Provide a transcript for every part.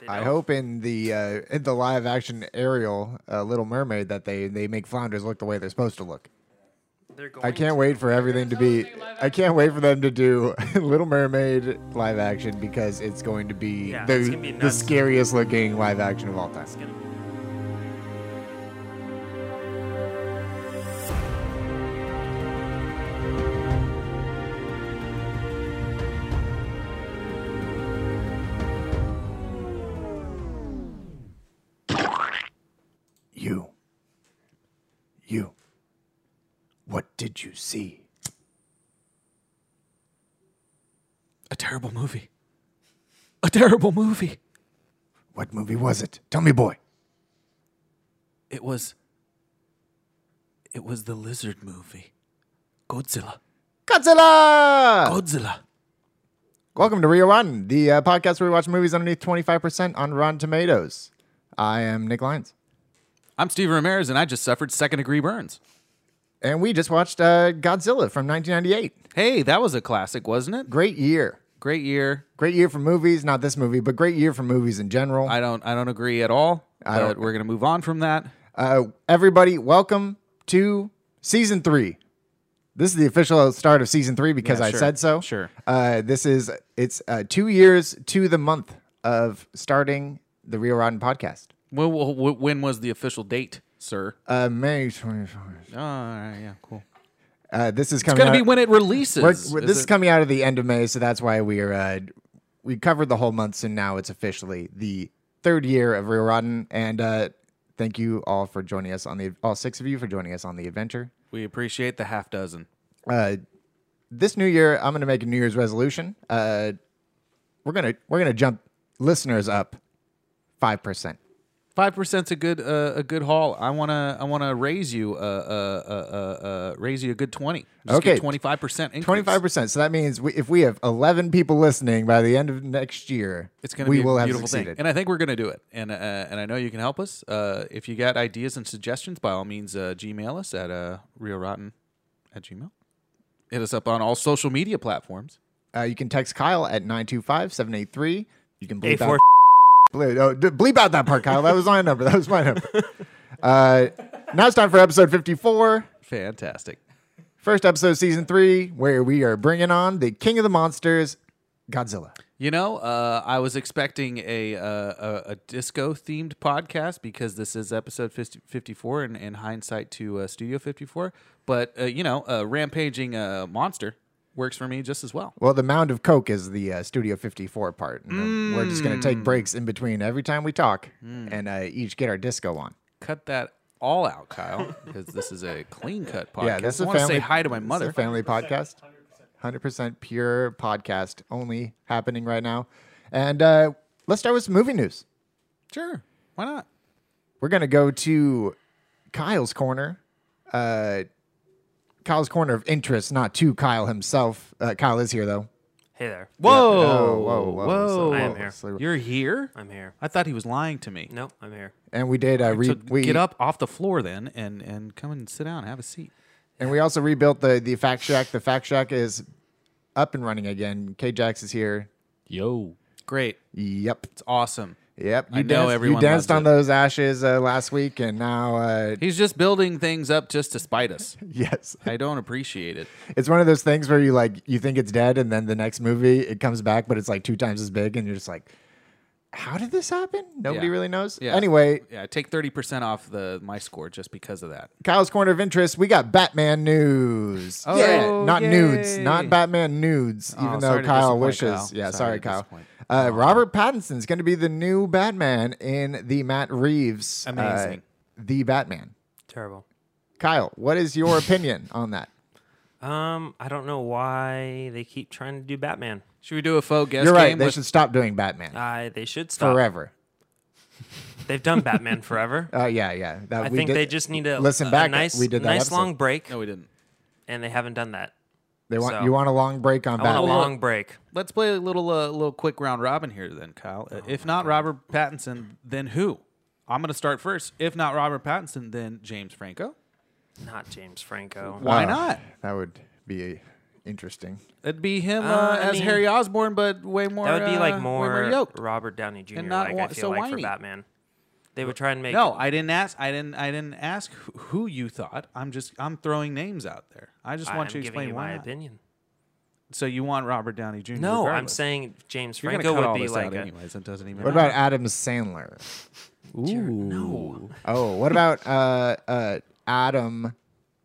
They I don't. hope in the uh, in the live action Ariel uh, Little Mermaid that they they make Flounders look the way they're supposed to look. They're going I can't to. wait for everything to be. I can't wait for them to do Little Mermaid live action because it's going to be Yeah, the it's gonna be the nuts. scariest looking live action of all time. It's gonna be You. You. What did you see? A terrible movie. A terrible movie. What movie was it? Tell me, boy. It was. It was the lizard movie. Godzilla. Godzilla! Godzilla. Welcome to Rio Rotten, the uh, podcast where we watch movies underneath 25% on Rotten Tomatoes. I am Nick Lyons. I'm Steve Ramirez, and I just suffered second degree burns. And we just watched uh, Godzilla from 1998. Hey, that was a classic, wasn't it? Great year. Great year. Great year for movies. Not this movie, but great year for movies in general. I don't. I don't agree at all. I but don't- we're gonna move on from that. Uh, everybody, welcome to season three. This is the official start of season three because Yeah, I sure, said so. sure. Uh, this is it's uh, two years to the month of starting the Real Rotten podcast. When, when was the official date, sir? Uh, May twenty first. Oh, all right, yeah, cool. Uh, this is It's coming. gonna out, be when it releases. we're- we're- this Is is it- coming out of the end of May, so that's why we are. Uh, we covered the whole month, and now it's officially the third year of Real Rotten. And uh, thank you all for joining us on the all six of you for joining us on the adventure. we appreciate the half dozen. uh, this new year I'm going to make a New Year's resolution. Uh, we're gonna we're gonna jump listeners up five percent. Five percent's a good uh, a good haul. I wanna I wanna raise you uh, uh, uh, uh, uh, raise you a good twenty. Okay. twenty five percent increase. Twenty five percent. So that means we, if we have eleven people listening by the end of next year, It's gonna we be a will have beautiful succeeded. thing, and I think we're gonna do it. And uh, and I know you can help us. Uh, if you got ideas and suggestions, by all means, uh, Gmail us at uh, realrotten at gmail. Hit us up on all social media platforms. Uh, you can text Kyle at 925-783. You can bleep A4 out bleep, oh, d- bleep out that part, Kyle. That was my number. That was my number. Uh, now it's time for episode fifty four. Fantastic. First episode, of season three, where we are bringing on the king of the monsters, Godzilla. You know, uh, I was expecting a uh, a, a disco themed podcast because this is episode 50, 54 and, and hindsight to uh, Studio 54. But, uh, you know, uh, rampaging uh, monster works for me just as well. Well, the mound of coke is the uh, Studio 54 part. And then We're just going to take breaks in between every time we talk and uh, each get our disco on. Cut that all out, Kyle, because this is a clean cut podcast. Yeah, this is I a want to family. say hi to my this is a mother. family podcast. 100% pure podcast only happening right now. And uh, let's start with some movie news. Sure. Why not? We're going to go to Kyle's corner. Uh, Kyle's corner of interest, not to Kyle himself. Uh, Kyle is here though. Hey there. Whoa. Oh, whoa, whoa. Whoa. I am here. so- You're here? I'm here. I thought he was lying to me. Nope, I'm here. And we did uh, re- So we, get up off the floor then and, and come and sit down, have a seat. And we also rebuilt the the Fact Shack. The Fact Shack is up and running again. K Jax is here. Yo. Great. Yep. It's awesome. Yep. You I know danced, everyone You danced loves on it. those ashes uh, last week, and now, uh, He's just building things up just to spite us. yes, I don't appreciate it. it's one of those things where you like you think it's dead, and then the next movie it comes back, but it's like two times as big, and you're just like, how did this happen? Nobody Yeah. really knows. Yeah. Anyway, Yeah, take thirty percent off the my score just because of that. Kyle's corner of interest. We got Batman news. Oh, yeah, not yay. nudes, not Batman nudes. Oh, Even though sorry to Kyle disappoint, wishes. Kyle. Yeah, Sorry sorry, to Kyle. disappoint. Uh, Robert Pattinson's going to be the new Batman in the Matt Reeves. uh, Amazing. the Batman. Terrible. Kyle, what is your opinion on that? Um, I don't know why they keep trying to do Batman. Should we do a faux guess You're right. game? They with- should stop doing Batman I they should stop. forever. They've done Batman forever. Uh, yeah, yeah. That, I we think did- they just need a listen a back. Nice, we did that nice episode. long break, No, we didn't. and they haven't done that. They want so- you want a long break on I Batman. want a long break. Let's play a little uh, little quick round robin here then, Kyle. Uh, if Oh, not Robert Pattinson, then who? I'm gonna start first. If not Robert Pattinson, then James Franco. Not James Franco. Why Oh, not? That would be interesting. It'd be him uh, Uh, I as mean, Harry Osborn, but way more. That would be uh, like way more yoked. Robert Downey Jr. not like wa- I feel so like whiny. for Batman. They would try and make No, I didn't ask. I didn't. I didn't ask wh- who you thought. I'm just. I'm throwing names out there. I just I want am you giving to explain you why. my not. opinion. So you want Robert Downey Jr. No, I'm regardless. saying James You're gonna Franco cut all would be this like out a, anyways. It doesn't even. What about Adam Sandler? Ooh. Oh, what about uh, uh, Adam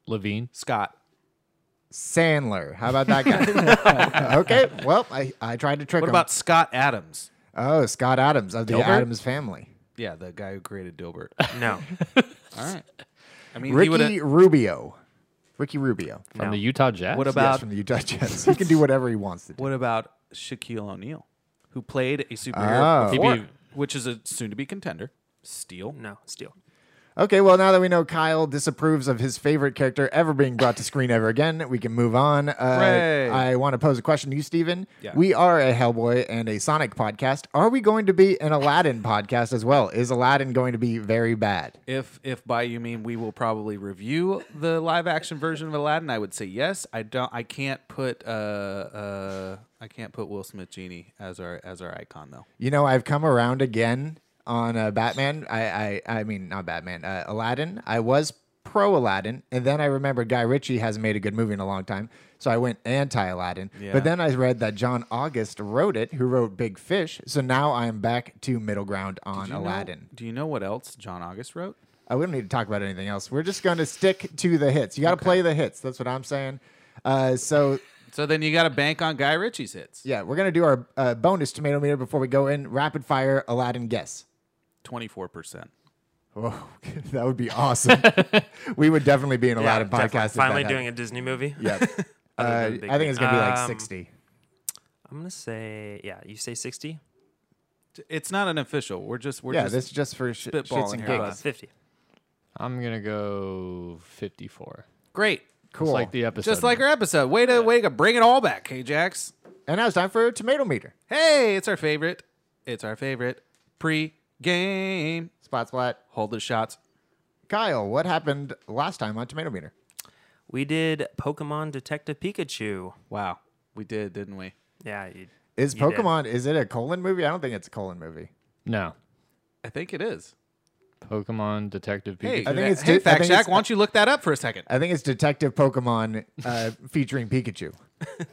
Levine. Scott. Sandler? How about that guy? okay, well, I, I tried to trick What him. about Scott Adams? oh, Scott Adams of the Dilbert? Adams family. Yeah, the guy who created Dilbert. no, All right. I mean, he Ricky would. Rubio. Ricky Rubio. From No. the Utah Jazz. What Yes, about from the Utah Jazz. He can do whatever he wants to do. what about Shaquille O'Neal, who played a superhero, Oh. He'd before, be- which is a soon-to-be contender, Steel. no, Steel. Okay, well, now that we know Kyle disapproves of his favorite character ever being brought to screen ever again, we can move on. Uh, Hooray. I want to pose a question to you, Steven. Yeah. We are a Hellboy and a Sonic podcast. Are we going to be an Aladdin podcast as well? Is Aladdin going to be very bad? If if by you mean we will probably review the live action version of Aladdin, I would say yes. I don't. I can't put uh uh I can't put Will Smith genie as our as our icon though. You know, I've come around again on uh, Batman. I, I, I mean, not Batman. Uh, Aladdin. I was pro Aladdin, and then I remembered Guy Ritchie hasn't made a good movie in a long time, so I went anti Aladdin. Yeah. But then I read that John August wrote it, who wrote Big Fish. So now I'm back to middle ground on Do you know- Aladdin. do you know what else John August wrote? I we don't need to talk about anything else. We're just going to stick to the hits. You got to play the hits. That's what I'm saying. Uh, so So then you got to bank on Guy Ritchie's hits. yeah, we're gonna do our uh, bonus tomato meter before we go in. Rapid fire Aladdin guess. Twenty four percent. Oh, that would be awesome. we would definitely be in a lot of definitely. podcasts. Finally doing a Disney movie. Yeah, Other uh, than Big I think it's Bang. gonna be like Um, sixty. I'm gonna say yeah. You say sixty? It's not an official. We're just we're Yeah, just this is just for sh- spitballing shits and here, Uh, gigs. bud. Fifty. I'm gonna go 54. great. Just Cool. like the episode. Just like our episode. Way to way to bring it all back, K Jax. and now it's time for tomato meter. Hey, it's our favorite. It's our favorite pre game. Spot splat. Hold the shots. Kyle, what happened last time on tomato meter? We did Pokemon Detective Pikachu. Wow, we did, didn't we? Yeah, you, Is You did. Pokemon? Is it a colon movie? I don't think it's a colon movie. No. I think it is. Pokemon Detective Pikachu. Hey, I think it's hey, di- I Fact think Shack, it's- why don't you look that up for a second? I think it's Detective Pokemon uh, featuring Pikachu.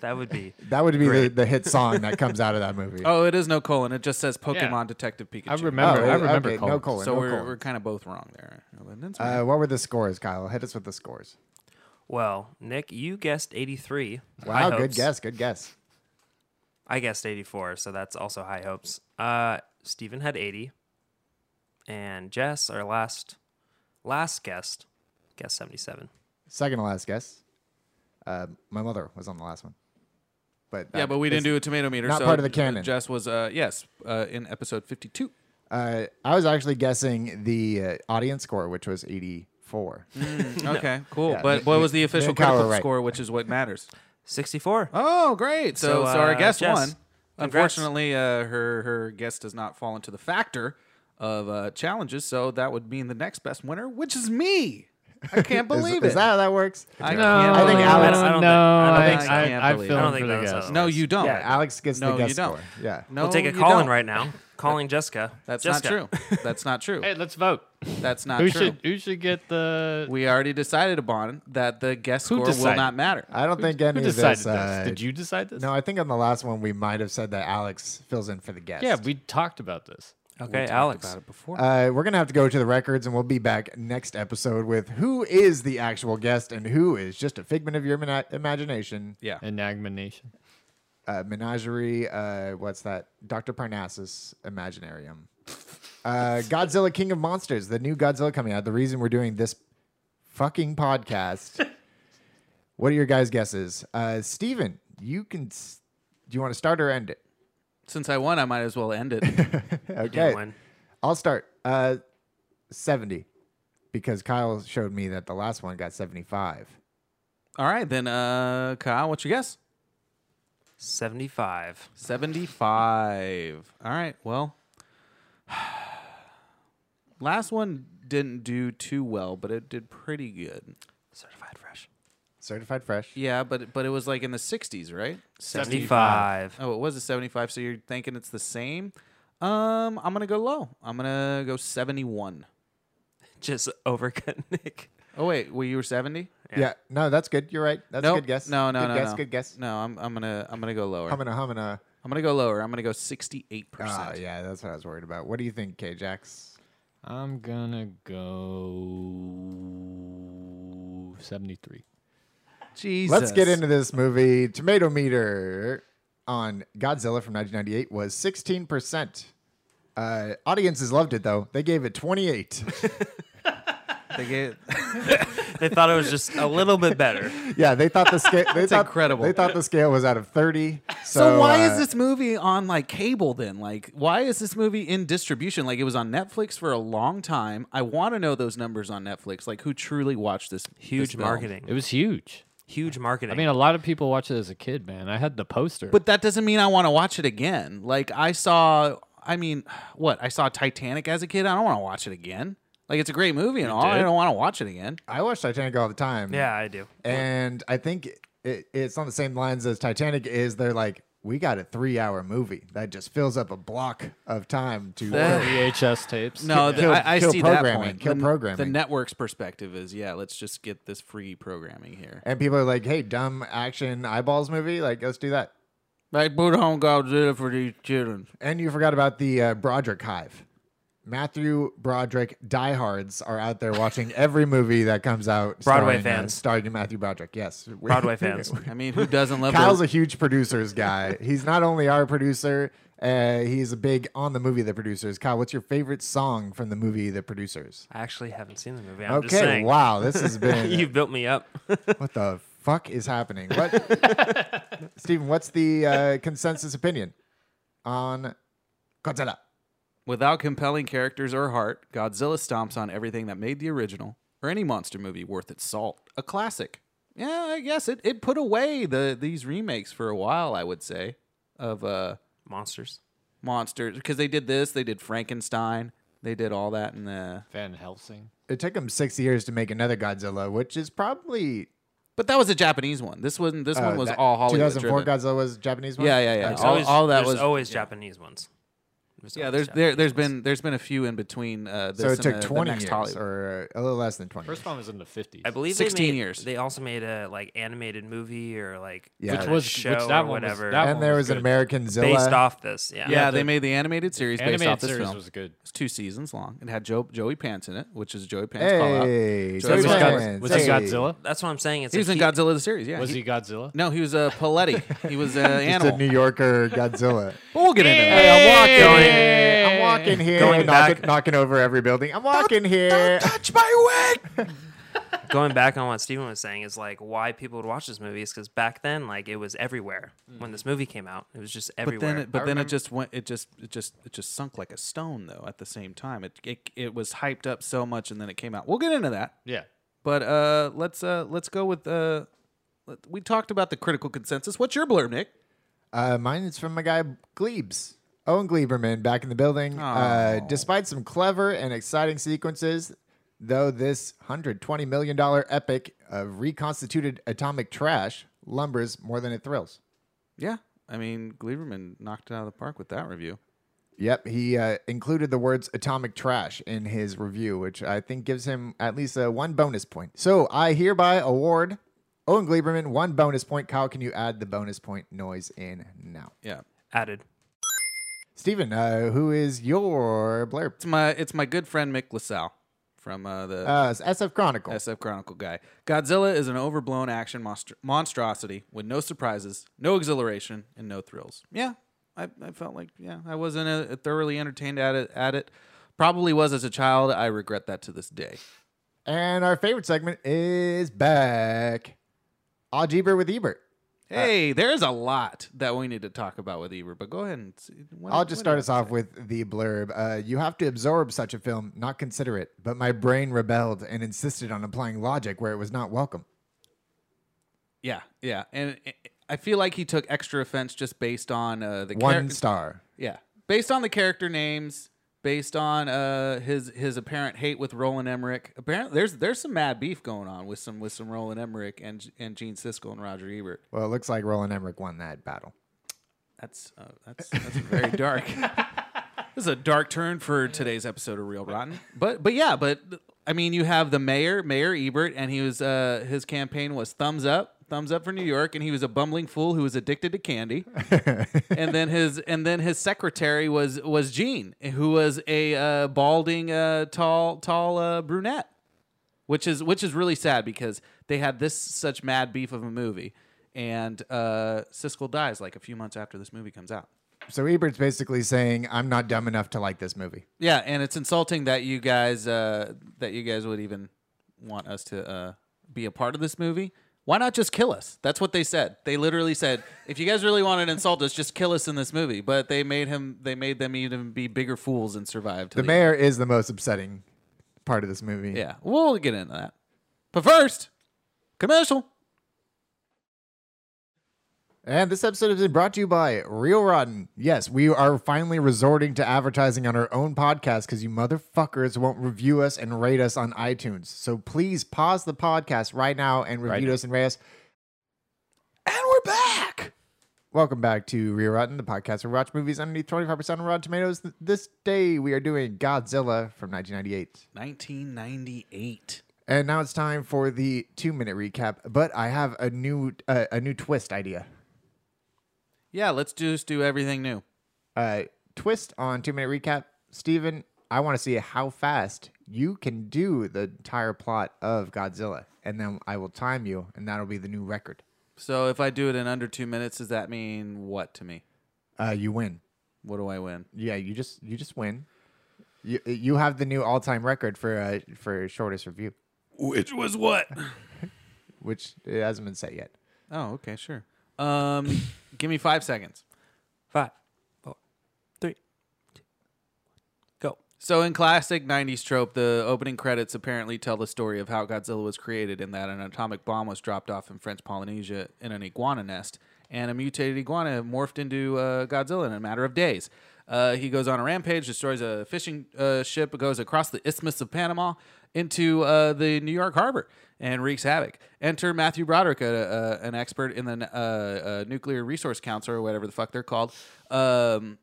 that would be That would be the, the hit song that comes out of that movie. Oh, it is no colon. It just says Pokemon Detective Pikachu. I remember. I it- remember. Oh, okay, Colin. no colon. So no we're, colon. we're kind of both wrong there. But that's uh, what were the scores, Kyle? Hit us with the scores. well, Nick. You guessed eighty-three. High Wow, good hopes. guess. Good guess. I guessed 84, so that's also high hopes. Uh, Steven had 80. And Jess, our last last guest, guest 77. Second to last guess. Uh, my mother was on the last one, but uh, yeah, that but we didn't is- do a tomato meter. not so part of the canon. Jess was uh, yes uh, in episode fifty-two. Uh, I was actually guessing the uh, audience score, which was eighty-four. Okay, cool. Yeah, but me- what me- was the me official and Kyle critical were right. score, which is what matters? 64. Oh, great! So, So, so uh, our guest Jess, won. congrats. Unfortunately, uh, her her guest does not fall into the factor of uh, challenges, so that would mean the next best winner, which is me. I can't Is, believe is it. that how that works? I No, can't I think believe Alex- I don't No, thi- I I, don't think- I, I can't I, believe- feel I don't him think for the that's guest. how- No, you don't. yeah, Alex gets No, the you guess don't. score. Yeah. No, we'll take a you call in don't. right now. Calling Jessica. That's Jessica. not true. That's not true. Hey, let's vote. That's not Who true. should who should get the We already decided upon that the guest Who score will decided? not matter. I don't think who any of decided this. this? Uh, Did you decide this? No, I think on the last one we might have said that Alex fills in for the guest. Yeah, we talked about this. Okay, talked Alex. about it before. Uh, we're gonna have to go to the records, and we'll be back next episode with who is the actual guest and who is just a figment of your mina- imagination. yeah. Enigma Nation. Uh, menagerie. Uh, what's that? Doctor Parnassus Imaginarium. Uh, Godzilla King of Monsters, the new Godzilla coming out. The reason we're doing this fucking podcast. what are your guys' guesses? Uh, Steven, you can. S- do you want to start or end it? Since I won, I might as well end it. Didn't Okay. win. I'll start. Uh, 70, because Kyle showed me that the last one got 75. All right, then, uh, Kyle, what's your guess? 75. 75. All right. Well, last one didn't do too well, but it did pretty good. Certified fresh. Certified fresh. Yeah, but but it was like in the 60s, right? 75. Oh, it was a 75. So you're thinking it's the same? Um, I'm gonna go low. I'm gonna go 71. Just overcut Nick. Oh wait, well you were 70? Yeah. No, that's good. You're right. That's Nope. a good guess. No, no, good no, guess, no. Good guess. No, I'm I'm gonna I'm gonna go lower. Humana, humana. I'm gonna go lower. I'm gonna go 68. Ah, percent yeah, that's what I was worried about. What do you think, KJax? I'm gonna go 73. Jesus. Let's get into this movie. Tomato meter on Godzilla from 1998 was 16%. Uh, audiences loved it, though. They gave it 28. They gave- They thought it was just a little bit better. yeah, they thought the scale. That's incredible. They thought the scale was out of 30. So, So, why uh, is this movie on like cable then? Like why is this movie in distribution? Like it was on Netflix for a long time. I want to know those numbers on Netflix. Like who truly watched this? Huge this film. marketing. It was huge. Huge marketing. I mean, a lot of people watched it as a kid, man. I had the poster. But that doesn't mean I want to watch it again. Like I saw, I mean, what I saw Titanic as a kid. I don't want to watch it again. Like it's a great movie and all. I did? don't want to watch it again. I watch Titanic all the time. yeah, I do. And I think it, it's on the same lines as Titanic is. They're like, we got a three hour movie that just fills up a block of time to. Or VHS tapes. No, th- Kill- I, I kill see that programming, point. kill the, n- The programming. network's perspective is, yeah, let's just get this free programming here. and people are like, hey, dumb action eyeballs movie. Like, let's do that. Like, put on Godzilla for these children. And you forgot about the uh, Broderick Hive. Matthew Broderick diehards are out there watching every movie that comes out. Broadway starring, uh, fans. starring Matthew Broderick. Yes, Broadway fans. I mean, who doesn't love Kyle's those? a huge producers guy. He's not only our producer, uh, he's a big on the movie The Producers. Kyle, what's your favorite song from the movie The Producers? I actually haven't seen the movie. I'm just Okay, saying. wow, this has been You built me up. what the fuck is happening? What, Stephen? What's the uh, consensus opinion on Godzilla? Without compelling characters or heart, Godzilla stomps on everything that made the original or any monster movie worth its salt. A classic. Yeah, I guess it, it put away the these remakes for a while, I would say, of uh Monsters. monsters because they did this, they did Frankenstein, they did all that uh, in the Van Helsing. It took him six years to make another Godzilla, which is probably But that was a Japanese one. This wasn't this one uh, was that all Hollywood. 2004 driven. Godzilla was a Japanese one. Yeah, yeah, yeah. There's All, always, all that there's was always Japanese ones. There's Yeah, always there's there Japanese there's ones. been there's been a few in between uh this So it and took the- the 20 next years, Hollywood. or a little less than 20. First one was in the 50s. I believe 16 they made, years. They also made a like animated movie or like Yeah. Which a was- show which that or one was- whatever that and one there was was an good. American Zilla. based off this. Yeah, yeah, Yeah, they the- made the animated series based off Animated this series film. was good. It's two seasons long. It had Joe, Joey Pants in it, which is Joey Pants call out. Hey, So So Joey was, Joey God- Pants. was he Hey. Godzilla? that's what I'm saying. It's He was a in hu- Godzilla the series, yeah. Was he Godzilla? No, he was a Paletti. he was an Just animal. a New Yorker Godzilla. but we'll get into that. Hey, I'm walking here, Going knocking, back- knocking over every building. I'm walking here. Touch my wig. going back on what Steven was saying is like why people would watch this movie is because back then like it was everywhere when this movie came out. Mm-hmm. It was just But everywhere. then, it, but then it just went. It just, it just, it just sunk like a stone. Though at the same time, it, it, it was hyped up so much, and then it came out. We'll get into that. Yeah. But uh, let's uh, let's go with uh, let- we talked about the critical consensus. What's your blurb, Nick? Uh, mine is from my guy Glebes. Owen Gleiberman back in the building. Uh, despite some clever and exciting sequences, though this $120 million epic of reconstituted atomic trash lumbers more than it thrills. Yeah, I mean Gleiberman knocked it out of the park with that review. Yep, he uh, included the words atomic trash in his review, which I think gives him at least uh, one bonus point. So I hereby award Owen Gleiberman one bonus point. Kyle, can you add the bonus point noise in now? Yeah, added. Steven, uh, who is your blurb? it's my it's my good friend Mick LaSalle from uh, the Uh, it's SF Chronicle. SF Chronicle guy. Godzilla is an overblown action monstr- monstrosity with no surprises, no exhilaration, and no thrills. Yeah, I, I felt like yeah, I wasn't uh thoroughly entertained at it. At it, probably was as a child. I regret that to this day. And our favorite segment is back. Odd Ebert with Ebert. Hey, there's a lot that we need to talk about with Ebert, but go ahead and. See, what- I'll just what start else? us off with the blurb. Uh, you have to absorb such a film, not consider it. But my brain rebelled and insisted on applying logic where it was not welcome. Yeah, yeah, and uh, I feel like he took extra offense just based on uh, the One character- star. Yeah, based on the character names, based on uh, his his apparent hate with Roland Emmerich. Apparently, there's there's some mad beef going on with some with some Roland Emmerich and and Gene Siskel and Roger Ebert. Well, it looks like Roland Emmerich won that battle. That's uh, that's that's very dark. this is a dark turn for today's episode of Real Rotten. But but yeah, but I mean, you have the mayor, Mayor Ebert, and he was uh, his campaign was thumbs up, thumbs up for New York, and he was a bumbling fool who was addicted to candy. and then his and then his secretary was was Jean, who was a uh, balding, uh, tall tall uh, brunette which is which is really sad because they had this such mad beef of a movie, and uh, Siskel dies like a few months after this movie comes out. So Ebert's basically saying, I'm not dumb enough to like this movie. Yeah, and it's insulting that you guys uh, that you guys would even want us to uh, be a part of this movie. Why not just kill us? That's what they said. They literally said, if you guys really wanted to insult us, just kill us in this movie. But they made him they made them even be bigger fools and survive. to The mayor is the most upsetting part of this movie. Yeah, we'll get into that. But first, commercial. And this episode has been brought to you by Real Rotten. Yes, we are finally resorting to advertising on our own podcast because you motherfuckers won't review us and rate us on iTunes. So please pause the podcast right now and review us and rate us. And we're back. Welcome back to Real Rotten, the podcast where we watch movies underneath 25% on Rotten Tomatoes. Th- This day we are doing Godzilla from 1998. 1998. And now it's time for the two minute recap, but I have a new uh, a new twist idea. Yeah, let's just do everything new. uh, twist on two minute recap. Steven, I want to see how fast you can do the entire plot of Godzilla, and then I will time you, and that'll be the new record. So if I do it in under two minutes, does that mean what to me? Uh, you win. What do I win? Yeah, you just you just win. You you have the new all time record for uh, for shortest review, Which was what? which it hasn't been set yet. oh, okay, sure. Um, give me five seconds. Five, four, three, two, go. So in classic '90s trope, the opening credits apparently tell the story of how Godzilla was created, and that an atomic bomb was dropped off in French Polynesia in an iguana nest, and a mutated iguana morphed into uh, Godzilla in a matter of days. Uh, he goes on a rampage, destroys a fishing uh, ship, goes across the Isthmus of Panama into uh, the New York harbor, and wreaks havoc. Enter Matthew Broderick, a, a, an expert in the uh, uh, Nuclear Resource Council or whatever the fuck they're called. Um,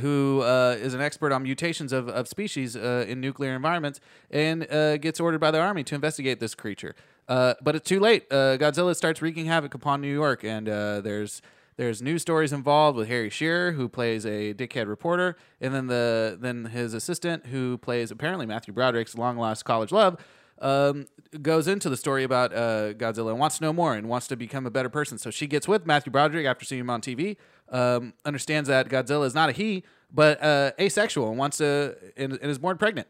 who uh, is an expert on mutations of, of species uh, in nuclear environments and uh, gets ordered by the army to investigate this creature. Uh, but it's too late. Uh, Godzilla starts wreaking havoc upon New York, and uh, there's there's news stories involved with Harry Shearer, who plays a dickhead reporter, and then the then his assistant, who plays apparently Matthew Broderick's long lost college love, um, goes into the story about uh, Godzilla and wants to know more and wants to become a better person. So she gets with Matthew Broderick after seeing him on TV, um, understands that Godzilla is not a he, but uh, asexual and wants to and, and is born pregnant.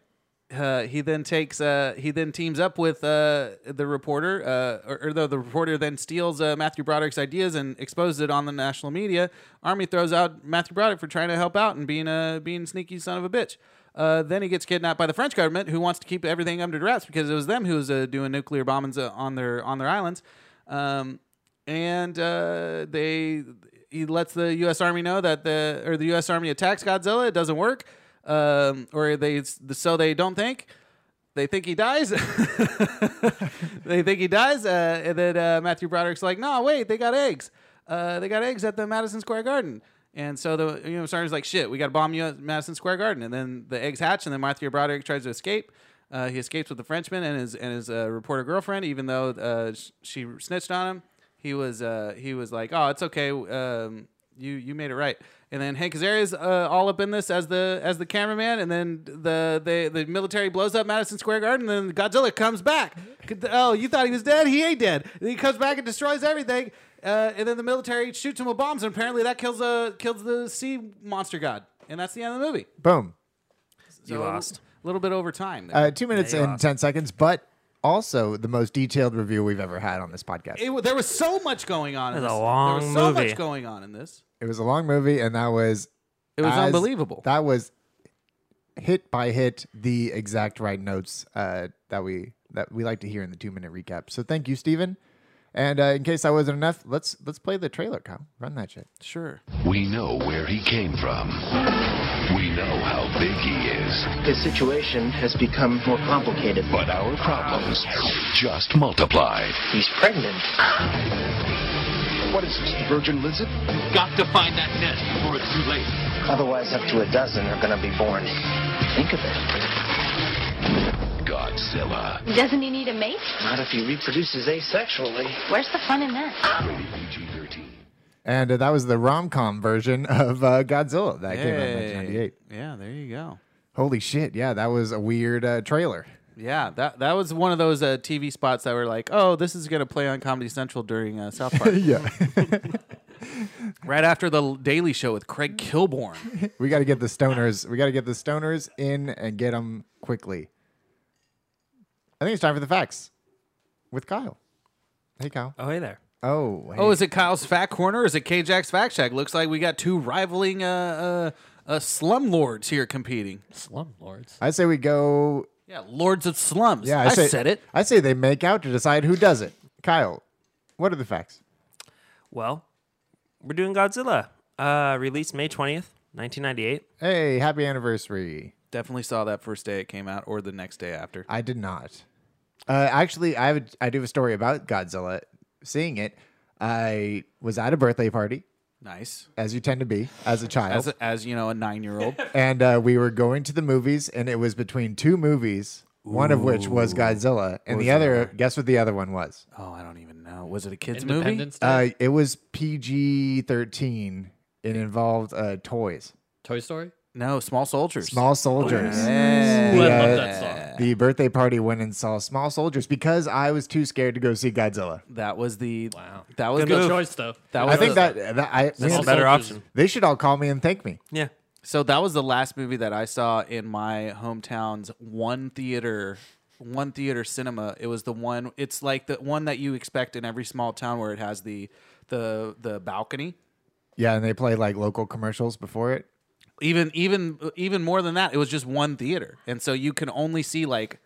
Uh, he then takes uh, he then teams up with uh, the reporter, uh, or, or the, the reporter then steals uh, Matthew Broderick's ideas and exposes it on the national media. Army throws out Matthew Broderick for trying to help out and being a being sneaky son of a bitch. Uh, then he gets kidnapped by the French government, who wants to keep everything under wraps because it was them who was uh, doing nuclear bombings uh, on their on their islands. Um, and uh, they he lets the U.S. Army know that the or the U.S. Army attacks Godzilla. It doesn't work, um, or they so they don't think. They think he dies. they think he dies, uh, and then uh, Matthew Broderick's like, "No, wait, they got eggs. Uh, they got eggs at the Madison Square Garden." And so the you know Sergeant's like, "Shit, we got to bomb you at Madison Square Garden." And then the eggs hatch, and then Matthew Broderick tries to escape. Uh, he escapes with the Frenchman and his and his uh, reporter girlfriend, even though uh, sh- she snitched on him. He was uh, he was like, "Oh, it's okay. Um, you you made it right." And then Hank Azaria's uh, all up in this as the as the cameraman, and then the the the military blows up Madison Square Garden, and then Godzilla comes back. Oh, you thought he was dead? He ain't dead. And he comes back and destroys everything. Uh, and then the military shoots him with bombs, and apparently that kills uh, kills the sea monster god, and that's the end of the movie. Boom. So You lost. a little bit over time. There. Uh, two minutes you and lost. ten seconds, but also the most detailed review we've ever had on this podcast. It, wa- there was so much going on. In That's this. a long There was so movie. much going on in this. It was a long movie, and that was It was as- unbelievable. That was hit by hit the exact right notes uh, that we that we like to hear in the two minute recap. So thank you, Steven. And uh, in case that wasn't enough, let's let's play the trailer, Kyle. Run that shit. sure. We know where he came from. We know how big he is. His situation has become more complicated. But our problems just multiplied. He's pregnant. What is this, the virgin lizard? Got to find that nest before it's too late. Otherwise, up to a dozen are going to be born. Think of it. Godzilla. Doesn't he need a mate? Not if he reproduces asexually. Where's the fun in that? Rated PG-13. And uh, that was the rom com version of uh, Godzilla that came out in Hey. 1998. Yeah, there you go. Holy shit. Yeah, that was a weird uh, trailer. Yeah, that that was one of those uh, TV spots that were like, "Oh, this is gonna play on Comedy Central during uh, South Park." Yeah. right after the Daily Show with Craig Kilborn. we got to get the stoners. We got to get the stoners in and get them quickly. I think it's time for the facts with Kyle. Hey, Kyle. Oh, hey there. Oh, hey. oh, is it Kyle's Fat Corner? Or is it KJack's Fact Shack? Looks like we got two rivaling uh, uh, uh, slumlords here competing. Slumlords. I say we go. Yeah, Lords of Slums. Yeah, I, I say, said it. I say they make out to decide who does it. Kyle, what are the facts? Well, we're doing Godzilla. Uh, released May 20th, 1998. Hey, happy anniversary. Definitely saw that first day it came out, or the next day after. I did not. Uh, actually, I have a, I do have a story about Godzilla. Seeing it, I was at a birthday party, Nice. as you tend to be as a child. As, as you know, a nine-year-old. and uh, we were going to the movies, and it was between two movies, one of which was Godzilla, and the other, guess what the other one was? oh, I don't even know. Was it a kids' movie? Independence Day. Uh, it was PG 13. It involved uh, toys, Toy Story. No, Small Soldiers. small soldiers. Yeah. Ooh, I uh, love that song. The birthday party went and saw Small Soldiers because I was too scared to go see Godzilla. That was the. Wow. That was Good the move. Good choice though. That was I think the- that, that I That's man, a better Soldiers. option. they should all call me and thank me. Yeah. So that was the last movie that I saw in my hometown's one theater, one theater cinema. It was the one. It's like the one that you expect in every small town where it has the the the balcony. Yeah, and they play like local commercials before it. Even even even more than that, it was just one theater, and so you can only see like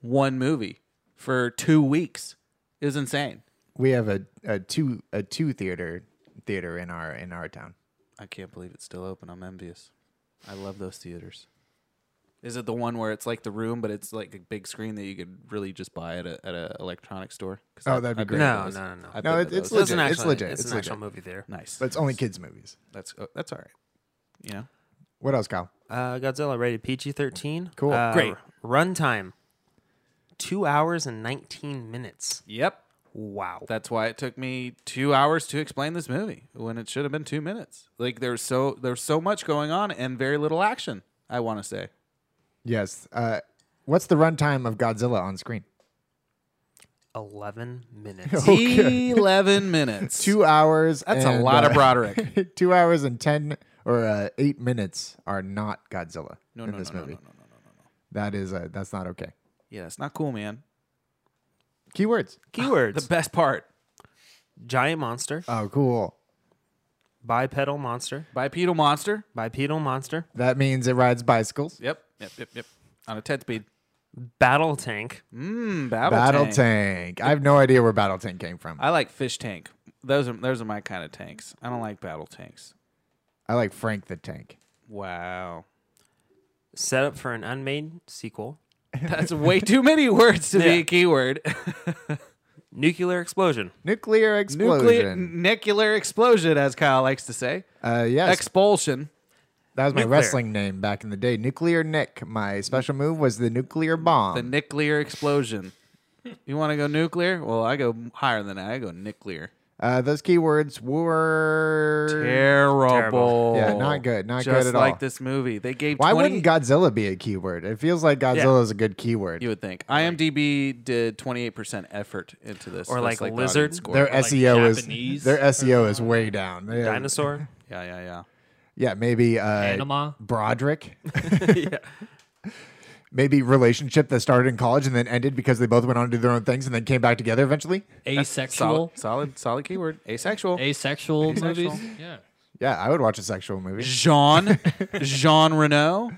one movie for two weeks. It was insane. We have a, a two a two theater theater in our in our town. I can't believe it's still open. I'm envious. I love those theaters. Is it the one where it's like the room, but it's like a big screen that you could really just buy at a at an electronic store? 'Cause Oh, I've- that'd be I've been great. to No, those. no, no, no. I've No, been it- to it's It's those. an Legit, it's actual, legit, It's, it's an actual legit. movie theater. nice. But it's only kids movies. that's oh, that's all right. You know, What else, Kyle? Uh, Godzilla rated PG 13. Cool. Uh, Great. Runtime two hours and 19 minutes. Yep. Wow. That's why it took me two hours to explain this movie when it should have been two minutes. Like there's so there's so much going on and very little action. I want to say Yes. Uh, what's the runtime of Godzilla on screen? 11 minutes. eleven minutes. Two hours. That's a and, lot uh, of Broderick. two hours and ten or uh, eight minutes are not Godzilla No, in no, this no, no, movie. no, no, no, no, no. That is uh, that's not okay. Yeah, it's not cool, man. Keywords. The Keywords best part. giant monster, Oh, cool. bipedal monster, Bipedal monster. bipedal monster, That means it rides bicycles. Yep. Yep. Yep. Yep. On a ten speed. battle tank, Mmm. Battle, Battle tank. tank. I have no idea where battle tank came from. I like fish tank. Those are those are my kind of tanks. I don't like battle tanks. I like Frank the Tank. Wow. set up for an unmade sequel, That's way too many words to be Yeah. a keyword. nuclear explosion, Nuclear Nuclear explosion. nuclear explosion, as Kyle likes to say. uh, yes, Expulsion. that was my nuclear. wrestling name back in the day. Nuclear Nick. My special move was the nuclear bomb. The nuclear explosion. You want to go nuclear? Well, I go higher than that. I go nuclear. Uh, those keywords were. Terrible. Terrible. Yeah, not good, not Just good at like all. this movie. They gave Why 20 wouldn't Godzilla be a keyword? It feels like Godzilla is a good keyword. You would think IMDb did twenty eight percent effort into this, Or just like the lizard. audience score. their like SEO is Japanese their SEO Uh, is way down. They- dinosaur, yeah, yeah, yeah. Yeah, maybe uh, Anima. Broderick. Maybe relationship that started in college and then ended because they both went on to do their own things and then came back together eventually. Asexual. Solid, solid, solid keyword. Asexual. Asexual movies. Yeah. Yeah, I would watch a sexual movie. Jean, Jean Renault.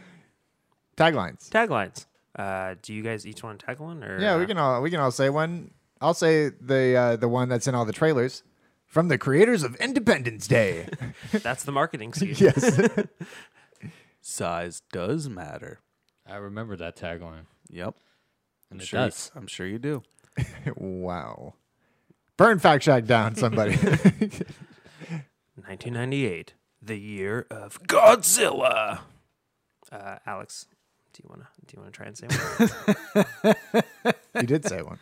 Taglines. taglines. Uh, do you guys each want to tag one? Or uh, Yeah, we can all we can all say one. I'll say the uh, the one that's in all the trailers from the creators of Independence Day. That's the marketing scheme. yes. Size does matter. I remember that tagline. Yep. I'm And it sure. you- does. I'm sure you do. Wow. Burn Fact Shack down, somebody. 1998, the year of Godzilla. Uh, Alex, do you wanna do you wanna try and say one? you did say one.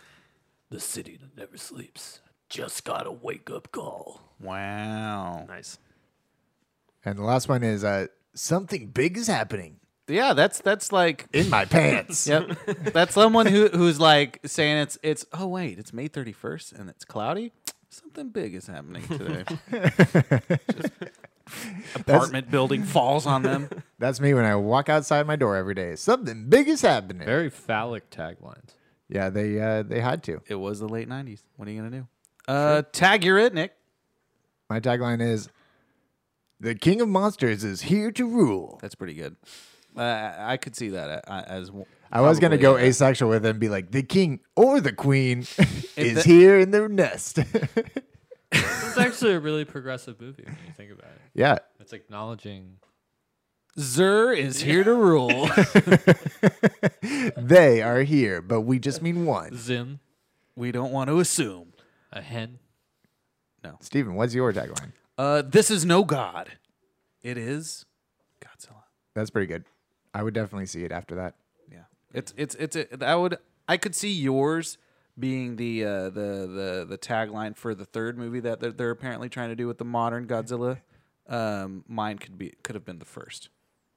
The city that never sleeps. Just got a wake up call. Wow. nice. And the last one is uh, something big is happening Yeah, that's that's like in my pants. Yep. That's someone who who's like saying it's it's oh wait, it's May 31st and it's cloudy. Something big is happening today. Just apartment building falls on them. That's me when I walk outside my door every day. Something big is happening. Very phallic taglines. yeah, they uh, they had to. It was the late 90s. What are you going to do? Uh tag your it, Nick. My tagline is The King of Monsters is here to rule. That's pretty good. Uh, I could see that a- a- as I was going to go ace. asexual with it and be like, the king or the queen is the- here in their nest. This is actually a really progressive movie when you think about it. yeah. It's acknowledging Zur is here to rule. They are here, but we just mean one. Zim, we don't want to assume. a hen. Steven, what's your tagline? Uh this is no god. It is Godzilla. That's pretty good. I would definitely see it after that. Yeah, it's it's it's a, I would I could see yours being the uh, the the the tagline for the third movie that they're, they're apparently trying to do with the modern Godzilla. Um, mine could be could have been the first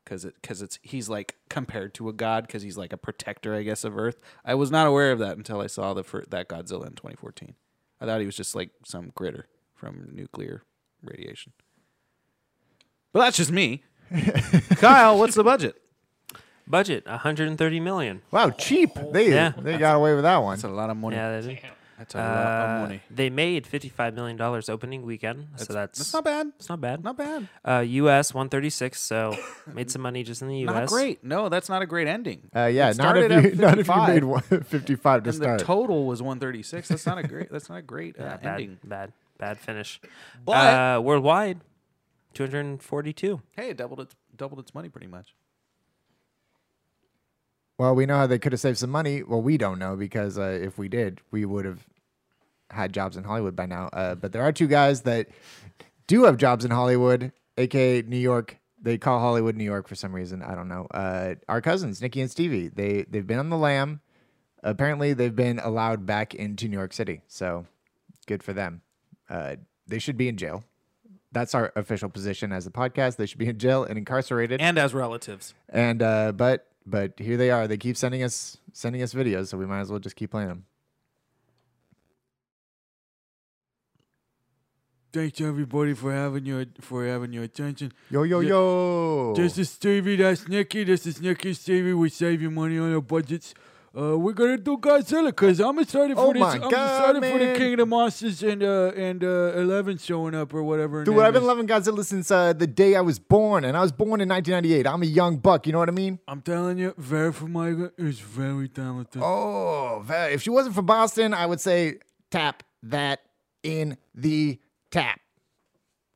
because it because it's he's like compared to a god because he's like a protector I guess of Earth. I was not aware of that until I saw the fir- that Godzilla in 2014. I thought he was just like some gritter from nuclear radiation. But that's just me. Kyle, what's the budget? Budget 130 million. Wow, cheap. They Yeah. they got away with that one. That's a lot of money. Yeah, they, did. That's a lot Uh, of money. they made 55 million dollars opening weekend, so that's That's not bad. It's not bad. Not bad. Uh, U.S. 136, so made some money just in the U.S. Not great. No, that's not a great ending. Uh, yeah, It not if, started at you, not if you 55, made one, 55 to and the start. total was 136. That's not a great. That's not a great uh, Bad, ending. bad, bad finish. But- uh, worldwide, 242. Hey, it doubled its doubled its money pretty much. well, we know how they could have saved some money. Well, we don't know because uh, if we did, we would have had jobs in Hollywood by now. Uh, but there are two guys that do have jobs in Hollywood, aka New York. They call Hollywood New York for some reason. I don't know. Uh, our cousins, Nikki and Stevie, they they've been on the lam. Apparently, they've been allowed back into New York City. So good for them. Uh, they should be in jail. That's our official position as a podcast. They should be in jail and incarcerated. And as relatives, And uh, but but here they are. They keep sending us sending us videos, so we might as well just keep playing them. Thanks everybody for having your for having your attention. Yo yo Yeah. yo! This is Stevie, that's Nikki, this is Nikki Stevie. We're saving money on our budgets. Uh, we're gonna do Godzilla because I'm excited Oh for this. my I'm God, excited for the man. King of the Monsters and uh and uh Eleven showing up or whatever. her Dude, name I've been is. loving Godzilla since uh, the day I was born, and I was born in 1998. I'm a young buck, you know what I mean? I'm telling you, Vera Farmiga is very talented. Oh, va- if she wasn't from Boston, I would say tap that in the tap.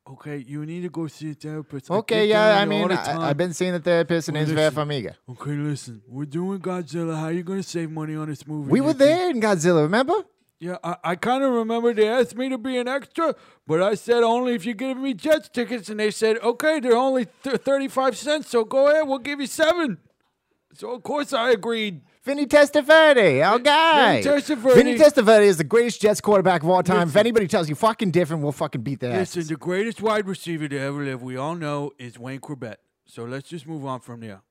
Okay, you need to go see a therapist. I Oh. Okay, keep yeah, telling I you mean, all the time. I, I've been seeing the therapist, and Well, name's Vera listen. Farmiga. Okay, listen, we're doing Godzilla. How you gonna save money on this movie? We were Nikki? there in Godzilla, remember? Yeah, I, I kind of remember they asked me to be an extra, but I said only if you give me Jets tickets, and they said, okay, they're only th- 35 cents, so go ahead, we'll give you seven. So, of course, I agreed. Vinny Testaverde, our guy. Testaverde. Vinny Testaverde is the greatest Jets quarterback of all time. If anybody tells you fucking different, we'll fucking beat their ass. Listen, the greatest wide receiver to ever live, we all know, is Wayne Corbett. So, let's just move on from there.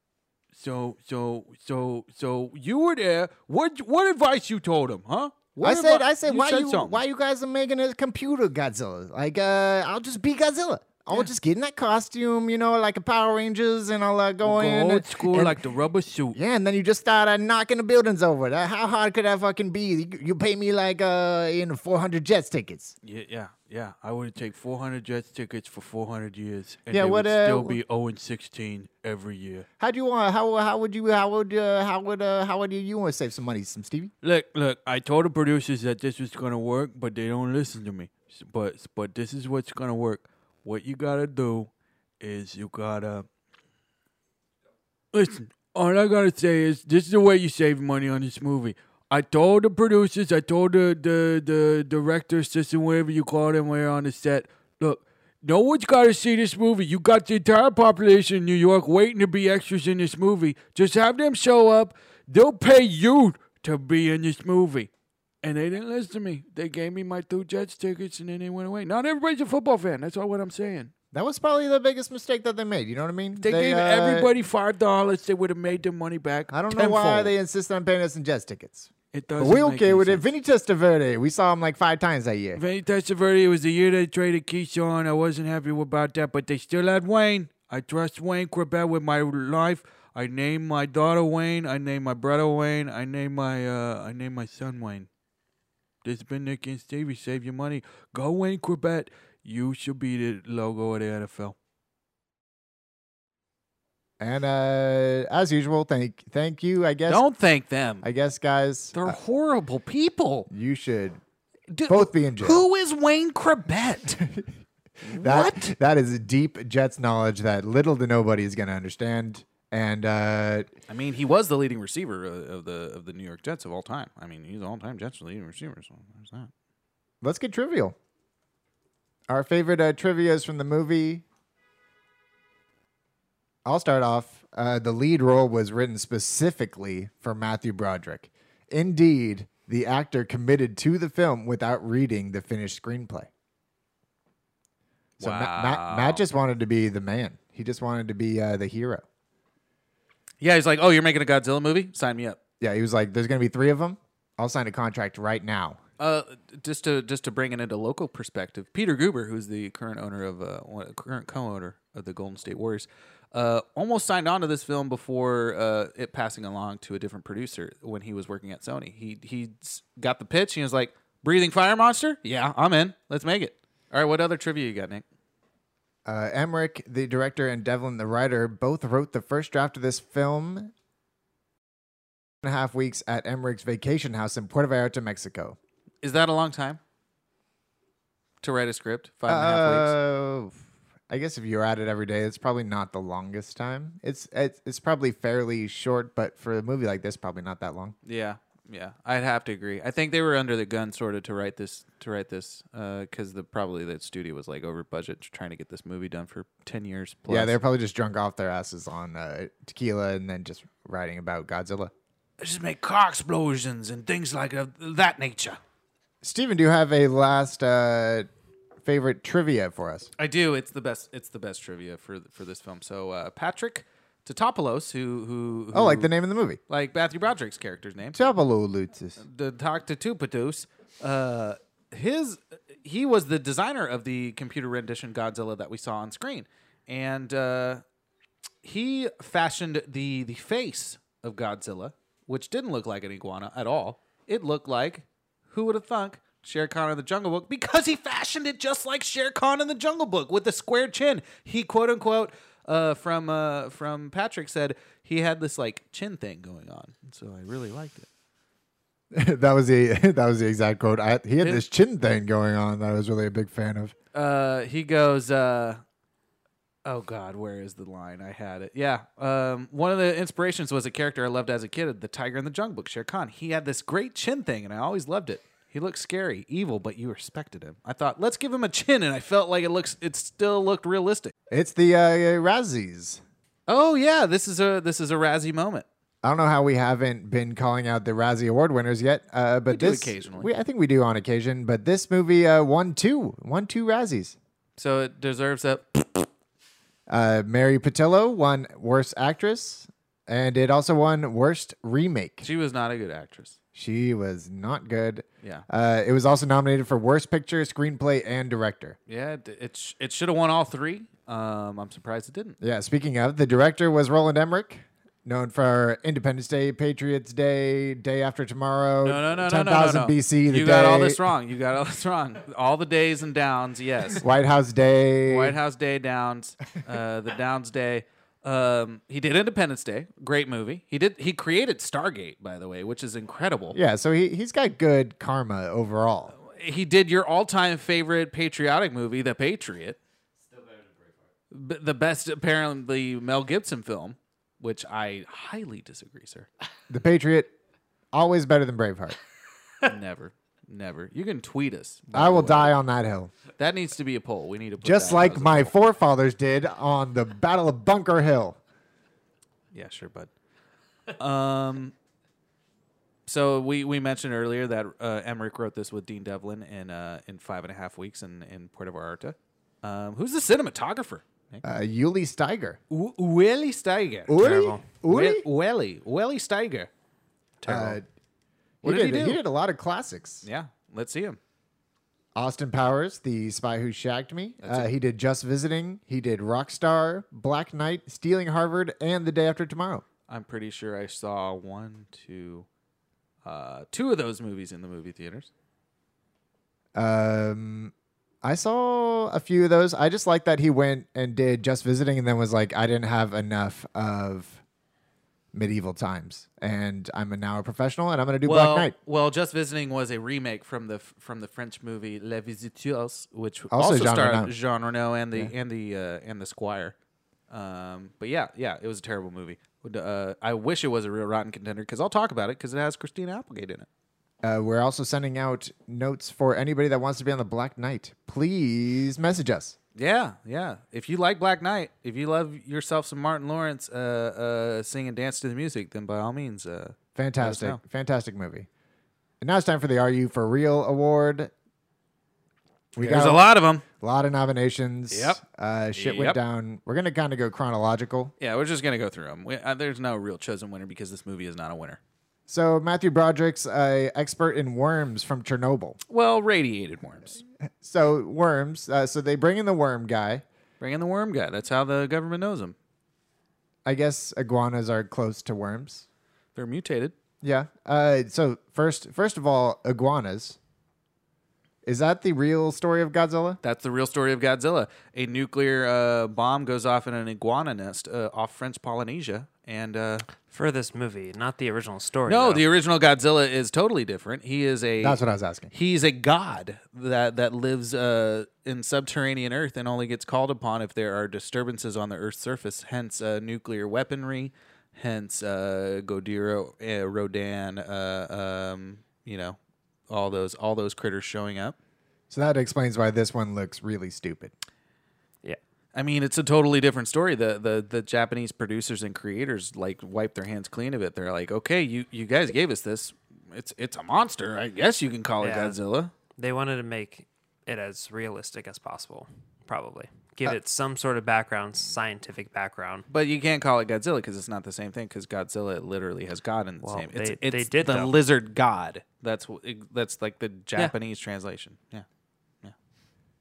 So, so, so, so you were there. What, what advice you told him, huh? What I said, advi- I said, why you something. why you guys are making a computer Godzilla? Like, uh, I'll just be Godzilla. I'll just get in that costume, you know, like a Power Rangers, and I'll uh, go Go in. old and- school and- like the rubber suit. yeah, and then you just start uh, knocking the buildings over. That- how hard could that fucking be? You, you pay me like uh, you know, four hundred Jets tickets. Yeah, yeah, yeah. I would take 400 Jets tickets for 400 years, and Yeah, they what, would uh, still be 0 and 16 every year. How do you want? How how would you? How would uh, how would uh, how would you, you want to save some money, some Stevie? Look, look. I told the producers that this was gonna work, but they don't listen to me. S- But but this is what's gonna work. What you gotta do is you gotta listen. all I gotta say is this is the way you save money on this movie. I told the producers, I told the the, the director, assistant, whatever you call them, where on the set. Look, no one's gotta see this movie. You got the entire population in New York waiting to be extras in this movie. Just have them show up. They'll pay you to be in this movie. And they didn't listen to me. They gave me my two Jets tickets and then they went away. Not everybody's a football fan. That's all what I'm saying. That was probably the biggest mistake that they made. You know what I mean? They, gave uh, everybody five dollars. They would have made their money back. I don't know why tenfold. they insist on paying us in Jets tickets. It But doesn't. we make okay any with it. sense. Vinny Testaverde, we saw him like five times that year. Vinny Testaverde it was the year they traded Keyshawn. I wasn't happy about that, but they still had Wayne. I trust Wayne Quebec with my life. I named my daughter Wayne. I named my brother Wayne. I named my uh, I named my son Wayne. This has been Nick and Stevie. Save your money. Go Wayne Quebec. You should be the logo of the NFL. And uh, as usual, thank thank you. I guess Don't thank them. I guess guys, uh, They're horrible people. you should Dude, both be in jail. Who is Wayne Krebet? That, What? That is deep Jets knowledge that little to nobody is going to understand. And uh, I mean, he was the leading receiver of of the of the New York Jets of all time. I mean, he's all time Jets leading receiver. So there's that. let's get trivial. Our favorite uh, trivia is from the movie. I'll start off. Uh, the lead role was written specifically for Matthew Broderick. Indeed, the actor committed to the film without reading the finished screenplay. So Matt, Matt, Matt just wanted to be the man. He just wanted to be uh, the hero. Yeah, he's like, oh, you're making a Godzilla movie? Sign me up. Yeah, he was like, "There's going to be three of them. I'll sign a contract right now." Uh, just to just to bring it into local perspective, Peter Goober, who's the current owner of uh, one, current co-owner of the Golden State Warriors, uh, almost signed on to this film before uh, it passing along to a different producer when he was working at Sony. He he s- got the pitch and he was like, "Breathing fire monster? Yeah, I'm in. Let's make it." All right, what other trivia you got, Nick? Uh, Emmerich, the director, and Devlin, the writer, both wrote the first draft of this film and a half weeks at Emmerich's vacation house in Puerto Vallarta, Mexico. Is that a long time to write a script? Five and a half weeks. Uh, I guess if you're at it every day, it's probably not the longest time. It's it's, it's probably fairly short, but for a movie like this, probably not that long. Yeah, yeah, I'd have to agree. I think they were under the gun sort of to write this to write this because the probably the studio was like over budget trying to get this movie done for ten years. Plus. Yeah, they're probably just drunk off their asses on uh, tequila and then just writing about Godzilla. just make car explosions and things like of that nature. Steven, do you have a last uh, favorite trivia for us? I do. It's the best. It's the best trivia for for this film. So uh, Patrick Tatopoulos, who, who who Oh, like the name of the movie. like Matthew Broderick's character's name, Tapalolutis. the Dr. Tupatus, uh, his he was the designer of the computer rendition Godzilla that we saw on screen, and uh, he fashioned the the face of Godzilla, which didn't look like an iguana at all. It looked like who would have thunk Shere Khan in the Jungle Book because he fashioned it just like Shere Khan in the Jungle Book with the square chin. He quote unquote. Uh, from uh, from Patrick said he had this like chin thing going on, so I really liked it. that was the that was the exact quote. I, he had this chin thing going on that I was really a big fan of. uh, he goes, uh, oh God, where is the line? I had it. Yeah. Um, one of the inspirations was a character I loved as a kid, the Tiger in the Jungle Book, Shere Khan. He had this great chin thing, and I always loved it. He looked scary, evil, but you respected him. I thought, let's give him a chin, and I felt like it looks, it still looked realistic. It's the uh, Razzies. Oh yeah, this is a this is a Razzie moment. I don't know how we haven't been calling out the Razzie Award winners yet, uh, but do this occasionally. we- I think we do on occasion. But this movie uh, won two, won two Razzies. So it deserves a Uh, Mary Patillo won Worst Actress, and it also won Worst Remake. She was not a good actress. She was not good. Yeah. Uh, it was also nominated for Worst Picture, Screenplay, and Director. Yeah, it it, sh- it should have won all three. Um, I'm surprised it didn't. Yeah, speaking of, the director was Roland Emmerich, known for Independence Day, Patriots Day, Day After Tomorrow, No, no, no, no, no, no, 10,000 no. BC, the you day, got all this wrong. You got all this wrong. All the days and downs. Yes. White House Day. White House Day downs. Uh, the downs day. Um, he did Independence Day. Great movie. He did. He created Stargate, by the way, which is incredible. Yeah, so he, he's got good karma overall. He did your all-time favorite patriotic movie, The Patriot. Still better than Braveheart. the best apparently Mel Gibson film. which I highly disagree, sir. The Patriot, always better than Braveheart. never, never. You can tweet us. I will die on that hill. That needs to be a poll. We need to put Just that like as a- my forefathers did on the Battle of Bunker Hill. Yeah, sure, bud. Um, so we we mentioned earlier that uh, Emmerich wrote this with Dean Devlin in uh, in five and a half weeks in in Puerto Vallarta. Um, who's the cinematographer? Nick? Uh, Yuli Steiger. W- Willy Steiger. Uli? Uli? Wi- Willy Willy Steiger. Uh, What he did he do? He did a lot of classics. Yeah, let's see him. Austin Powers, The Spy Who Shagged Me. Uh, he did Just Visiting. He did Rockstar, Black Knight, Stealing Harvard, and The Day After Tomorrow. I'm pretty sure I saw one, two, uh, two of those movies in the movie theaters. Um, I saw a few of those. I just like that he went and did Just Visiting and then was like, I didn't have enough of medieval times. And I'm now a professional and I'm going to do Well, Black Knight. well, just visiting was a remake from the from the French movie Les Visiteurs, which also, Also Jean starred Reno. Jean Reno and the and the uh, and the Squire. Um, but yeah, yeah, it was a terrible movie. Would, Uh, I wish it was a real rotten contender because I'll talk about it because it has Christina Applegate in it. Uh, we're also sending out notes for anybody that wants to be on the Black Knight. Please message us. Yeah, yeah. If you like Black Knight, if you love yourself some Martin Lawrence, uh, uh, sing and dance to the music, then by all means, uh, Fantastic. know. Fantastic movie. And now it's time for the Are You For Real Award. We there's got a lot of them. a lot of nominations. Yep. Uh, shit went Yep. down. We're going to kind of go chronological. Yeah, we're just gonna go through them. We, uh, there's no real chosen winner because this movie is not a winner. So Matthew Broderick's a expert in worms from Chernobyl. Well, radiated worms. So worms. Uh, so they bring in the worm guy. Bring in the worm guy. That's how the government knows them. I guess iguanas are close to worms. They're mutated. Yeah. Uh, so first, first of all, iguanas. Is that the real story of Godzilla? That's the real story of Godzilla. A nuclear uh, bomb goes off in an iguana nest uh, off French Polynesia, and uh, For this movie, not the original story. no, though. the original Godzilla is totally different. He is a That's what I was asking. He's a god that that lives uh, in subterranean Earth and only gets called upon if there are disturbances on the Earth's surface. Hence, uh, nuclear weaponry. Hence, uh, Godiro, uh, Rodan. Uh, um, you know, all those all those critters showing up. So that explains why this one looks really stupid. yeah. I mean, it's a totally different story. The the the Japanese producers and creators like wipe their hands clean of it. They're like, okay, you you guys gave us this. It's it's a monster. I guess you can call it Yeah. Godzilla. They wanted to make it as realistic as possible, probably. Give Uh, it some sort of background, scientific background. But you can't call it Godzilla because it's not the same thing. Because Godzilla literally has God in the Well, same. It's, they- it's they did, the though. lizard god. That's wh- it- that's like the Japanese translation. Yeah,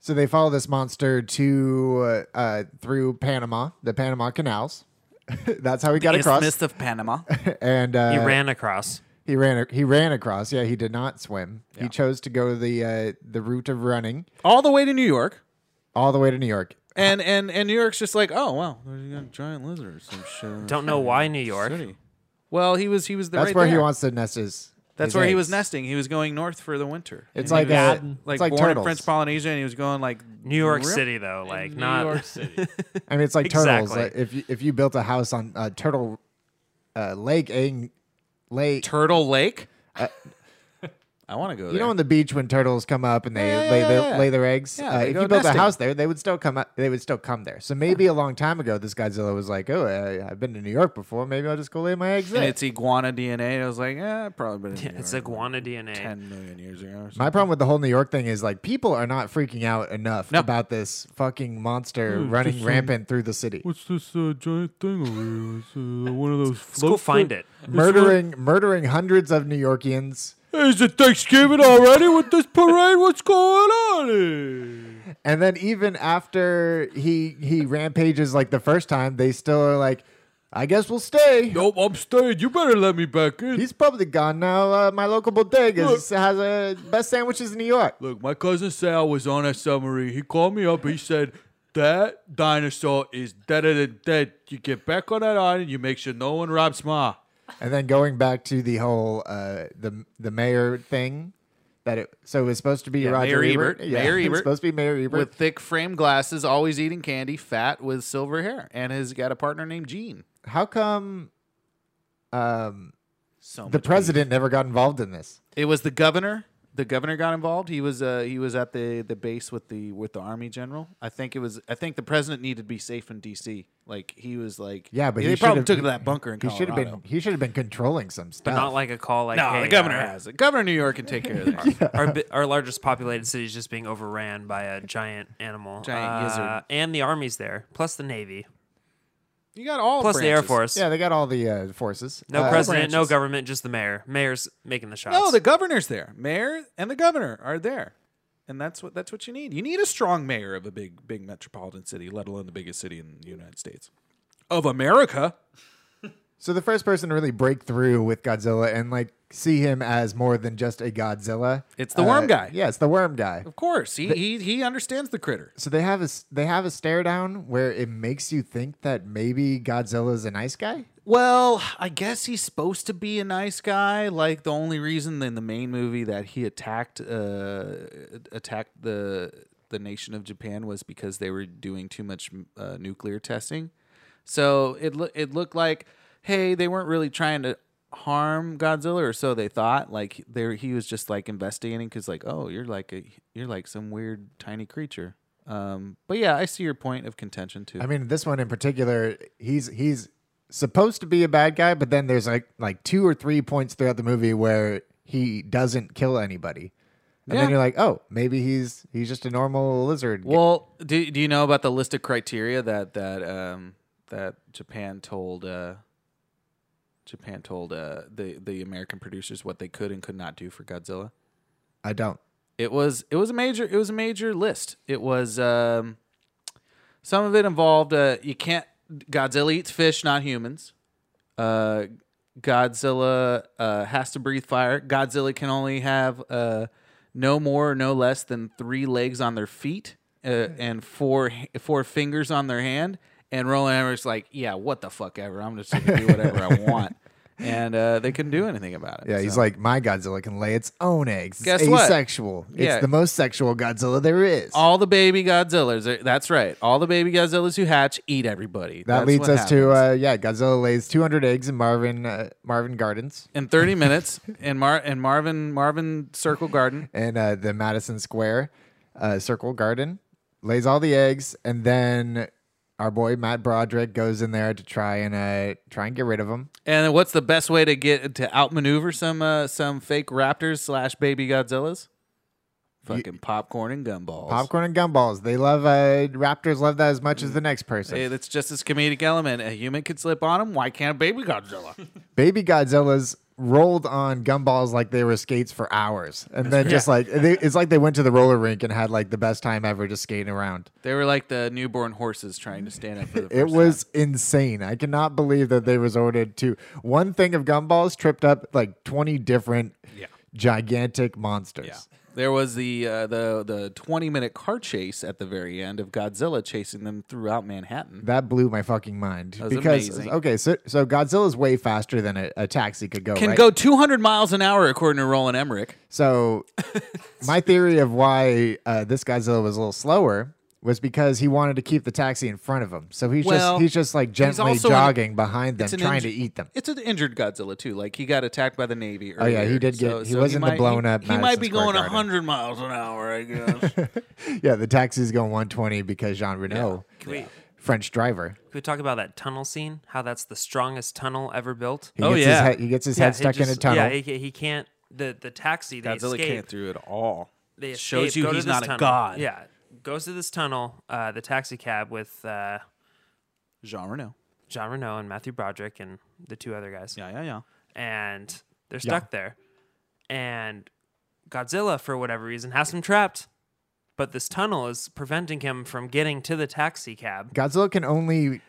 So they follow this monster to uh, uh, through Panama, the Panama canals. That's how he got across. Isthmus of Panama. and uh, He ran across. He ran. He ran across. Yeah, he did not swim. He chose to go the uh, the route of running all the way to New York. all the way to New York. And, and and New York's just like, oh wow, there's a giant lizard or some shit. Don't know why New York. City. Well, he was he was the That's right where he there. wants to nest his. That's his where he eggs. was nesting. He was going north for the winter. It's And like he was, a- it's like like born in turtles. French Polynesia, and he was going like New York Rip- City, though, like not. City. I mean, it's like turtles. Exactly. Like, if you, if you built a house on uh, turtle uh, lake, ang, lake. Turtle Lake. I want to go there. Uh, you know, on the beach when turtles come up and they Yeah, yeah, lay, yeah, their, yeah. lay their eggs. Yeah, uh, they if go you built a nesting. house there, they would still come. Up, they would still come there. So maybe a long time ago, this Godzilla was like, "Oh, uh, I've been to New York before. Maybe I'll just go lay my eggs and there." it's iguana DNA. I was like, eh, probably been in Yeah, New it's York iguana DNA. ten million years ago. Or something. My problem with the whole New York thing is like people are not freaking out enough about this fucking monster Hmm, running rampant through the city, What's this uh, giant thing over here? It's uh, one of those Let's go floats. find it. murdering murdering hundreds of New Yorkians. Is it Thanksgiving already with this parade? What's going on here? And then even after he he rampages like the first time, they still are like, I guess we'll stay. Nope, I'm staying. You better let me back in. He's probably gone now. Uh, my local bodega is- has uh, best sandwiches in New York. Look, my cousin Sal was on a submarine. He called me up. He said, That dinosaur is dead and dead. You get back on that island, you make sure no one robs Ma. And then going back to the whole uh, the the mayor thing. That it so it was supposed to be Roger Mayor Ebert. Ebert. Yeah, Mayor it's Ebert. supposed to be Mayor Ebert. With thick frame glasses, always eating candy, fat with silver hair, and has got a partner named Gene. How come um, So the much president never got involved in this? beef. It was the governor. The governor got involved. He was uh, he was at the, the base with the with the army general. I think it was. I think the president needed to be safe in D.C. Like he was like Yeah, but they he probably should've- took it to that bunker in He should Colorado. have been. He should have been controlling some stuff. But not like a call like no, hey, the governor uh, has it. Governor of New York can take care of that. our bi- our largest populated city is just being overran by a giant animal, Uh, Giant gizzard. and the army's there, plus the navy, You got all plus the air branches. force. yeah, they got all the uh, forces. No Uh, president, no branches. government, just the mayor. Mayor's making the shots. No, the governor's there. Mayor and the governor are there. And that's what that's what you need. You need a strong mayor of a big big metropolitan city, let alone the biggest city in the United States. Of America. So the first person to really break through with Godzilla and like see him as more than just a Godzilla. uh, It's the worm guy. Yeah, it's the worm guy. Of course. He he he understands the critter. So they have a s- they have a stare down where it makes you think that maybe Godzilla's a nice guy. Well, I guess he's supposed to be a nice guy. Like the only reason in the main movie that he attacked uh, attacked the the nation of Japan was because they were doing too much uh, nuclear testing. So it loo- it looked like hey, they weren't really trying to harm Godzilla, or so they thought. Like there, he was just like investigating because like oh, you're like a you're like some weird tiny creature. Um, but yeah, I see your point of contention too. I mean, this one in particular, he's he's supposed to be a bad guy, but then there's like like two or three points throughout the movie where he doesn't kill anybody. And Yeah. then you're like, oh, maybe he's he's just a normal lizard. Well, do, do you know about the list of criteria that that um, that Japan told uh, Japan told uh, the the American producers what they could and could not do for Godzilla? I don't. It was it was a major it was a major list. It was um, some of it involved uh, you can't Godzilla eats fish, not humans. Uh, Godzilla uh, has to breathe fire. Godzilla can only have uh, no more or no less than three legs on their feet uh, Hmm. and four four fingers on their hand. And Roland Emmer's like, yeah, what the fuck ever. I'm just gonna do whatever I want. And uh, they couldn't do anything about it. Yeah, he's So- like, my Godzilla can lay its own eggs. It's Guess what? asexual. Yeah. It's the most sexual Godzilla there is. all the baby Godzillas. are- That's right. All the baby Godzillas who hatch eat everybody. that That's leads what us to happens. uh, yeah, Godzilla lays 200 eggs in Marvin uh, Marvin Gardens in 30 minutes in Mar in Marvin Marvin Circle Garden. and uh, the Madison Square uh, Circle Garden. Lays all the eggs, and then our boy Matt Broderick goes in there to try and uh, try and get rid of them. And what's the best way to get to outmaneuver some uh, some fake raptors slash baby Godzillas? Fucking popcorn and gumballs. Popcorn and gumballs. They love uh, Raptors. Love that as much as the next person. Hey, that's just this comedic element. A human could slip on him. Why can't a baby Godzilla? baby Godzillas rolled on gumballs like they were skates for hours, and then just like they, it's like they went to the roller rink and had like the best time ever just skating around. they were like the newborn horses trying to stand up for the first It was insane. I cannot believe that they resorted to one thing of gumballs tripped up like twenty different gigantic monsters. Yeah. There was the uh, the the 20 minute car chase at the very end of Godzilla chasing them throughout Manhattan. That blew my fucking mind was because amazing. okay, so so Godzilla's way faster than a, a taxi could go. Can right? go 200 miles an hour according to Roland Emmerich. So, my theory of why uh, this Godzilla was a little slower was because he wanted to keep the taxi in front of him. So he's Well, just he's just like he's gently also an- jogging behind them, it's an trying inju- to eat them. Oh, It's an injured Godzilla too. Like he got attacked by the Navy. yeah, earlier. he did get- he was in the might- blown he- up He might Madison be Square going Garden. 100 miles an hour. I guess. Yeah, the taxi's going 120 because Jean Renault, Can we, can French driver, we talk about that tunnel scene? How that's the strongest tunnel ever built? he Oh, gets his yeah. head, he gets his Yeah, head it stuck in a just- tunnel. Yeah, he, he can't. The the taxi they Godzilla escape. can't through it all. They escape, Shows you go to he's this not a tunnel. god. Yeah, goes to this tunnel. Uh, the taxi cab with uh, Jean Reno. John Renault and Matthew Broderick and the two other guys. Yeah, yeah, yeah. and they're stuck there. And Godzilla, for whatever reason, has him trapped. But this tunnel is preventing him from getting to the taxi cab. Godzilla can only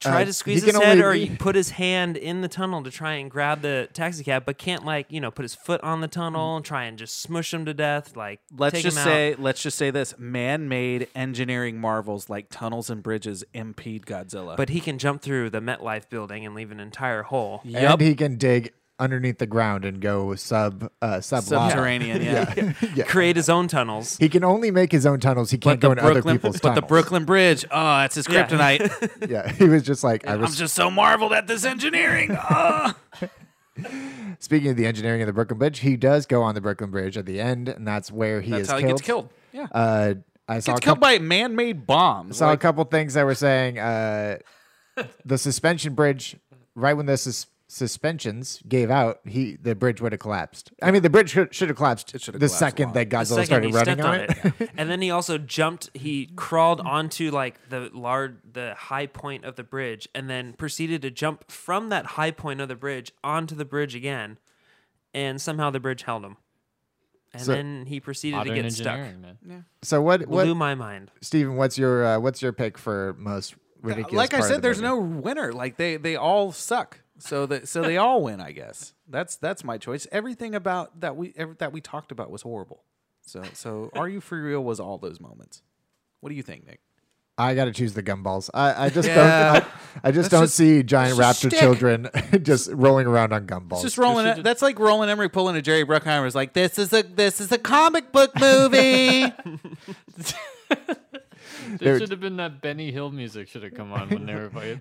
Try uh, to squeeze he his can head, only- or he put his hand in the tunnel to try and grab the taxi cab, but can't like you know put his foot on the tunnel and try and just smush him to death. Like Let's take just him out. say, let's just say this: man-made engineering marvels like tunnels and bridges impede Godzilla. but he can jump through the MetLife building and leave an entire hole. and he can dig underneath the ground and go sub uh, sub lava. Subterranean, yeah. yeah. Create his own tunnels. He can only make his own tunnels. He can't But, the go in other Brooklyn, people's but the tunnels. Brooklyn Bridge, oh, that's his Yeah. kryptonite. yeah, he was just like I I'm was. just so marveled at this engineering. Ah. Speaking of the engineering of the Brooklyn Bridge, he does go on the Brooklyn Bridge at the end, and that's where he that's is how killed. he gets killed. Yeah. Uh, I saw a couple gets killed by man-made bombs. saw Like, a couple things that were saying uh, the suspension bridge right when the sus- suspensions gave out he the bridge would have collapsed i mean the bridge should have collapsed should've the collapsed second a that second godzilla started he running stepped on, it, and then he also jumped. He crawled onto like the large, the high point of the bridge, and then proceeded to jump from that high point of the bridge onto the bridge again, and somehow the bridge held him. And So- then he proceeded to Modern get stuck. engineering, man. so what what Blew my mind. stephen what's your uh, what's your pick for most ridiculous like I part of said, the there's movie? no winner. Like they they all suck. So that so they all win. I guess that's that's my choice. Everything about that we ever, that we talked about was horrible. So so are you for real? Was all those moments? What do you think, Nick? i gotta choose the gumballs i, I just Yeah. don't I, I just don't just- see giant that's just raptor shtick. children just rolling around on gumballs It's just rolling. that's like Roland Emery pulling a Jerry Bruckheimer. Is like this is a this is a comic book movie. There- There should have been that Benny Hill music should have come on when they were fighting.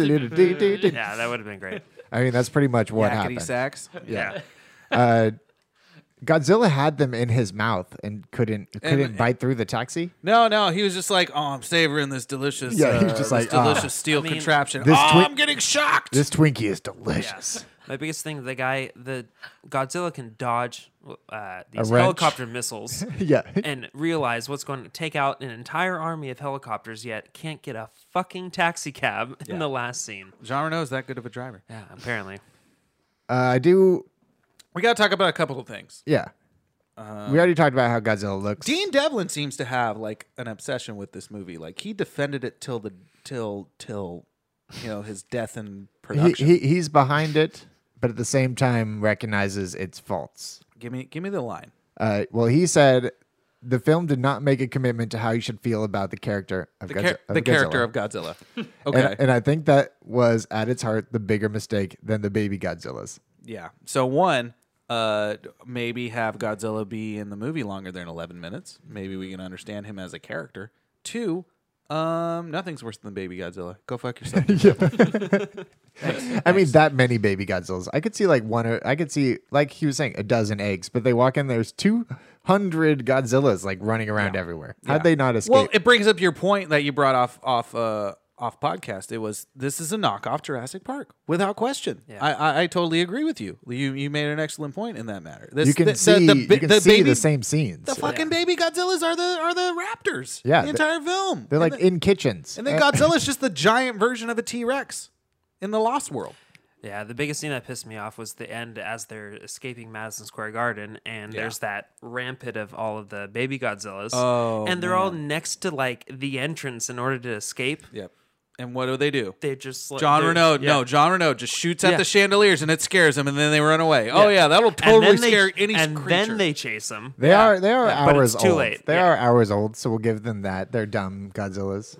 I Yeah, that would have been great. mean, that's pretty much what Hackety happened. sacks. Yeah. uh, Godzilla had them in his mouth and couldn't couldn't and- bite through the taxi. No, no, he was just like, oh, I'm savoring this delicious. Yeah, he was uh, just this like, ah, delicious steel I mean, contraption. this oh, twi- I'm getting shocked. This Twinkie is delicious. My biggest thing, the guy, the Godzilla can dodge uh, these wrench. helicopter missiles Yeah. and realize what's going to take out an entire army of helicopters, yet can't get a fucking taxi cab in the last scene. Jean Reno is that good of a driver. Yeah, apparently. Uh, I do. We got to talk about a couple of things. Yeah. Uh, we already talked about how Godzilla looks. Dean Devlin seems to have like an obsession with this movie. Like he defended it till the till till you know his death in he, production. he he's behind it, but at the same time recognizes its faults. give me give me the line. Uh, well, he said the film did not make a commitment to how you should feel about the character of, The, Godzi- char- of the Godzilla. character of Godzilla. Okay. And, and I think that was at its heart the bigger mistake than the baby Godzillas. yeah. So one, uh, maybe have Godzilla be in the movie longer than eleven minutes. Maybe we can understand him as a character. Two, um, nothing's worse than Baby Godzilla. Go fuck yourself. I mean, that many baby Godzillas. I could see like one or I could see like he was saying a dozen eggs, but they walk in. There's two hundred Godzillas like running around everywhere. How'd they not escape? Well, it brings up your point that you brought off off uh, off podcast. It was this is a knockoff Jurassic Park without question. I, I I totally agree with you. You you made an excellent point in that matter. This, you can the, the- see the, you can the see baby, the same scenes. The fucking baby Godzillas are the are the Raptors. Yeah, the they- entire film. They're And like the- in kitchens. and then Godzilla's just the giant version of a T Rex in the Lost World. Yeah, the biggest thing that pissed me off was the end as they're escaping Madison Square Garden, and there's that rampant of all of the baby Godzillas. Oh, and they're all next to like the entrance in order to escape. Yep. And what do they do? They just like, John they're- Renault, yeah. no, John Renault just shoots at Yeah. the chandeliers and it scares them, and then they run away. Oh yeah, that'll totally and then scare they, any And creature. then they chase him. they are they are but hours it's too old. late. They Yeah. are hours old, so we'll give them that. They're dumb Godzillas.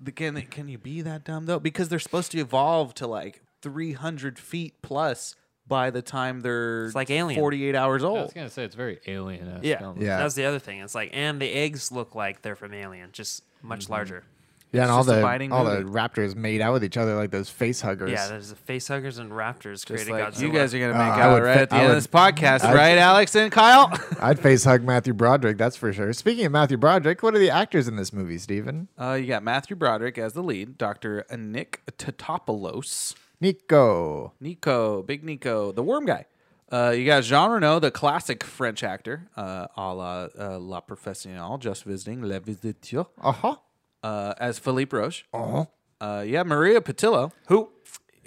The- can they- can you be that dumb though? Because they're supposed to evolve to like 300 feet plus by the time they're It's like Alien. 48 hours I old. was gonna say it's very alien. Yeah. Yeah. That's the other thing. It's like, and the eggs look like they're from Alien, just much Mm-hmm. larger. Yeah, and all just a the biting all the movie. raptors made out with each other like those face huggers. Yeah, there's the face huggers and raptors Just creating like Godzilla. you guys are gonna make I out would right fa- at the I end would- of this podcast, right, Alex and Kyle? I'd face hug Matthew Broderick, that's for sure. Speaking of Matthew Broderick, what are the actors in this movie, Steven? uh, you got Matthew Broderick as the lead, Doctor Nick Tatopoulos, Nico. Nico, Big Nico, the worm guy. Uh, you got Jean Reno, the classic French actor, uh, a la uh, La Professionnelle, just visiting La Visiteur, Uh-huh. uh, as Philippe Roche. Uh, yeah, Maria Patillo. Who?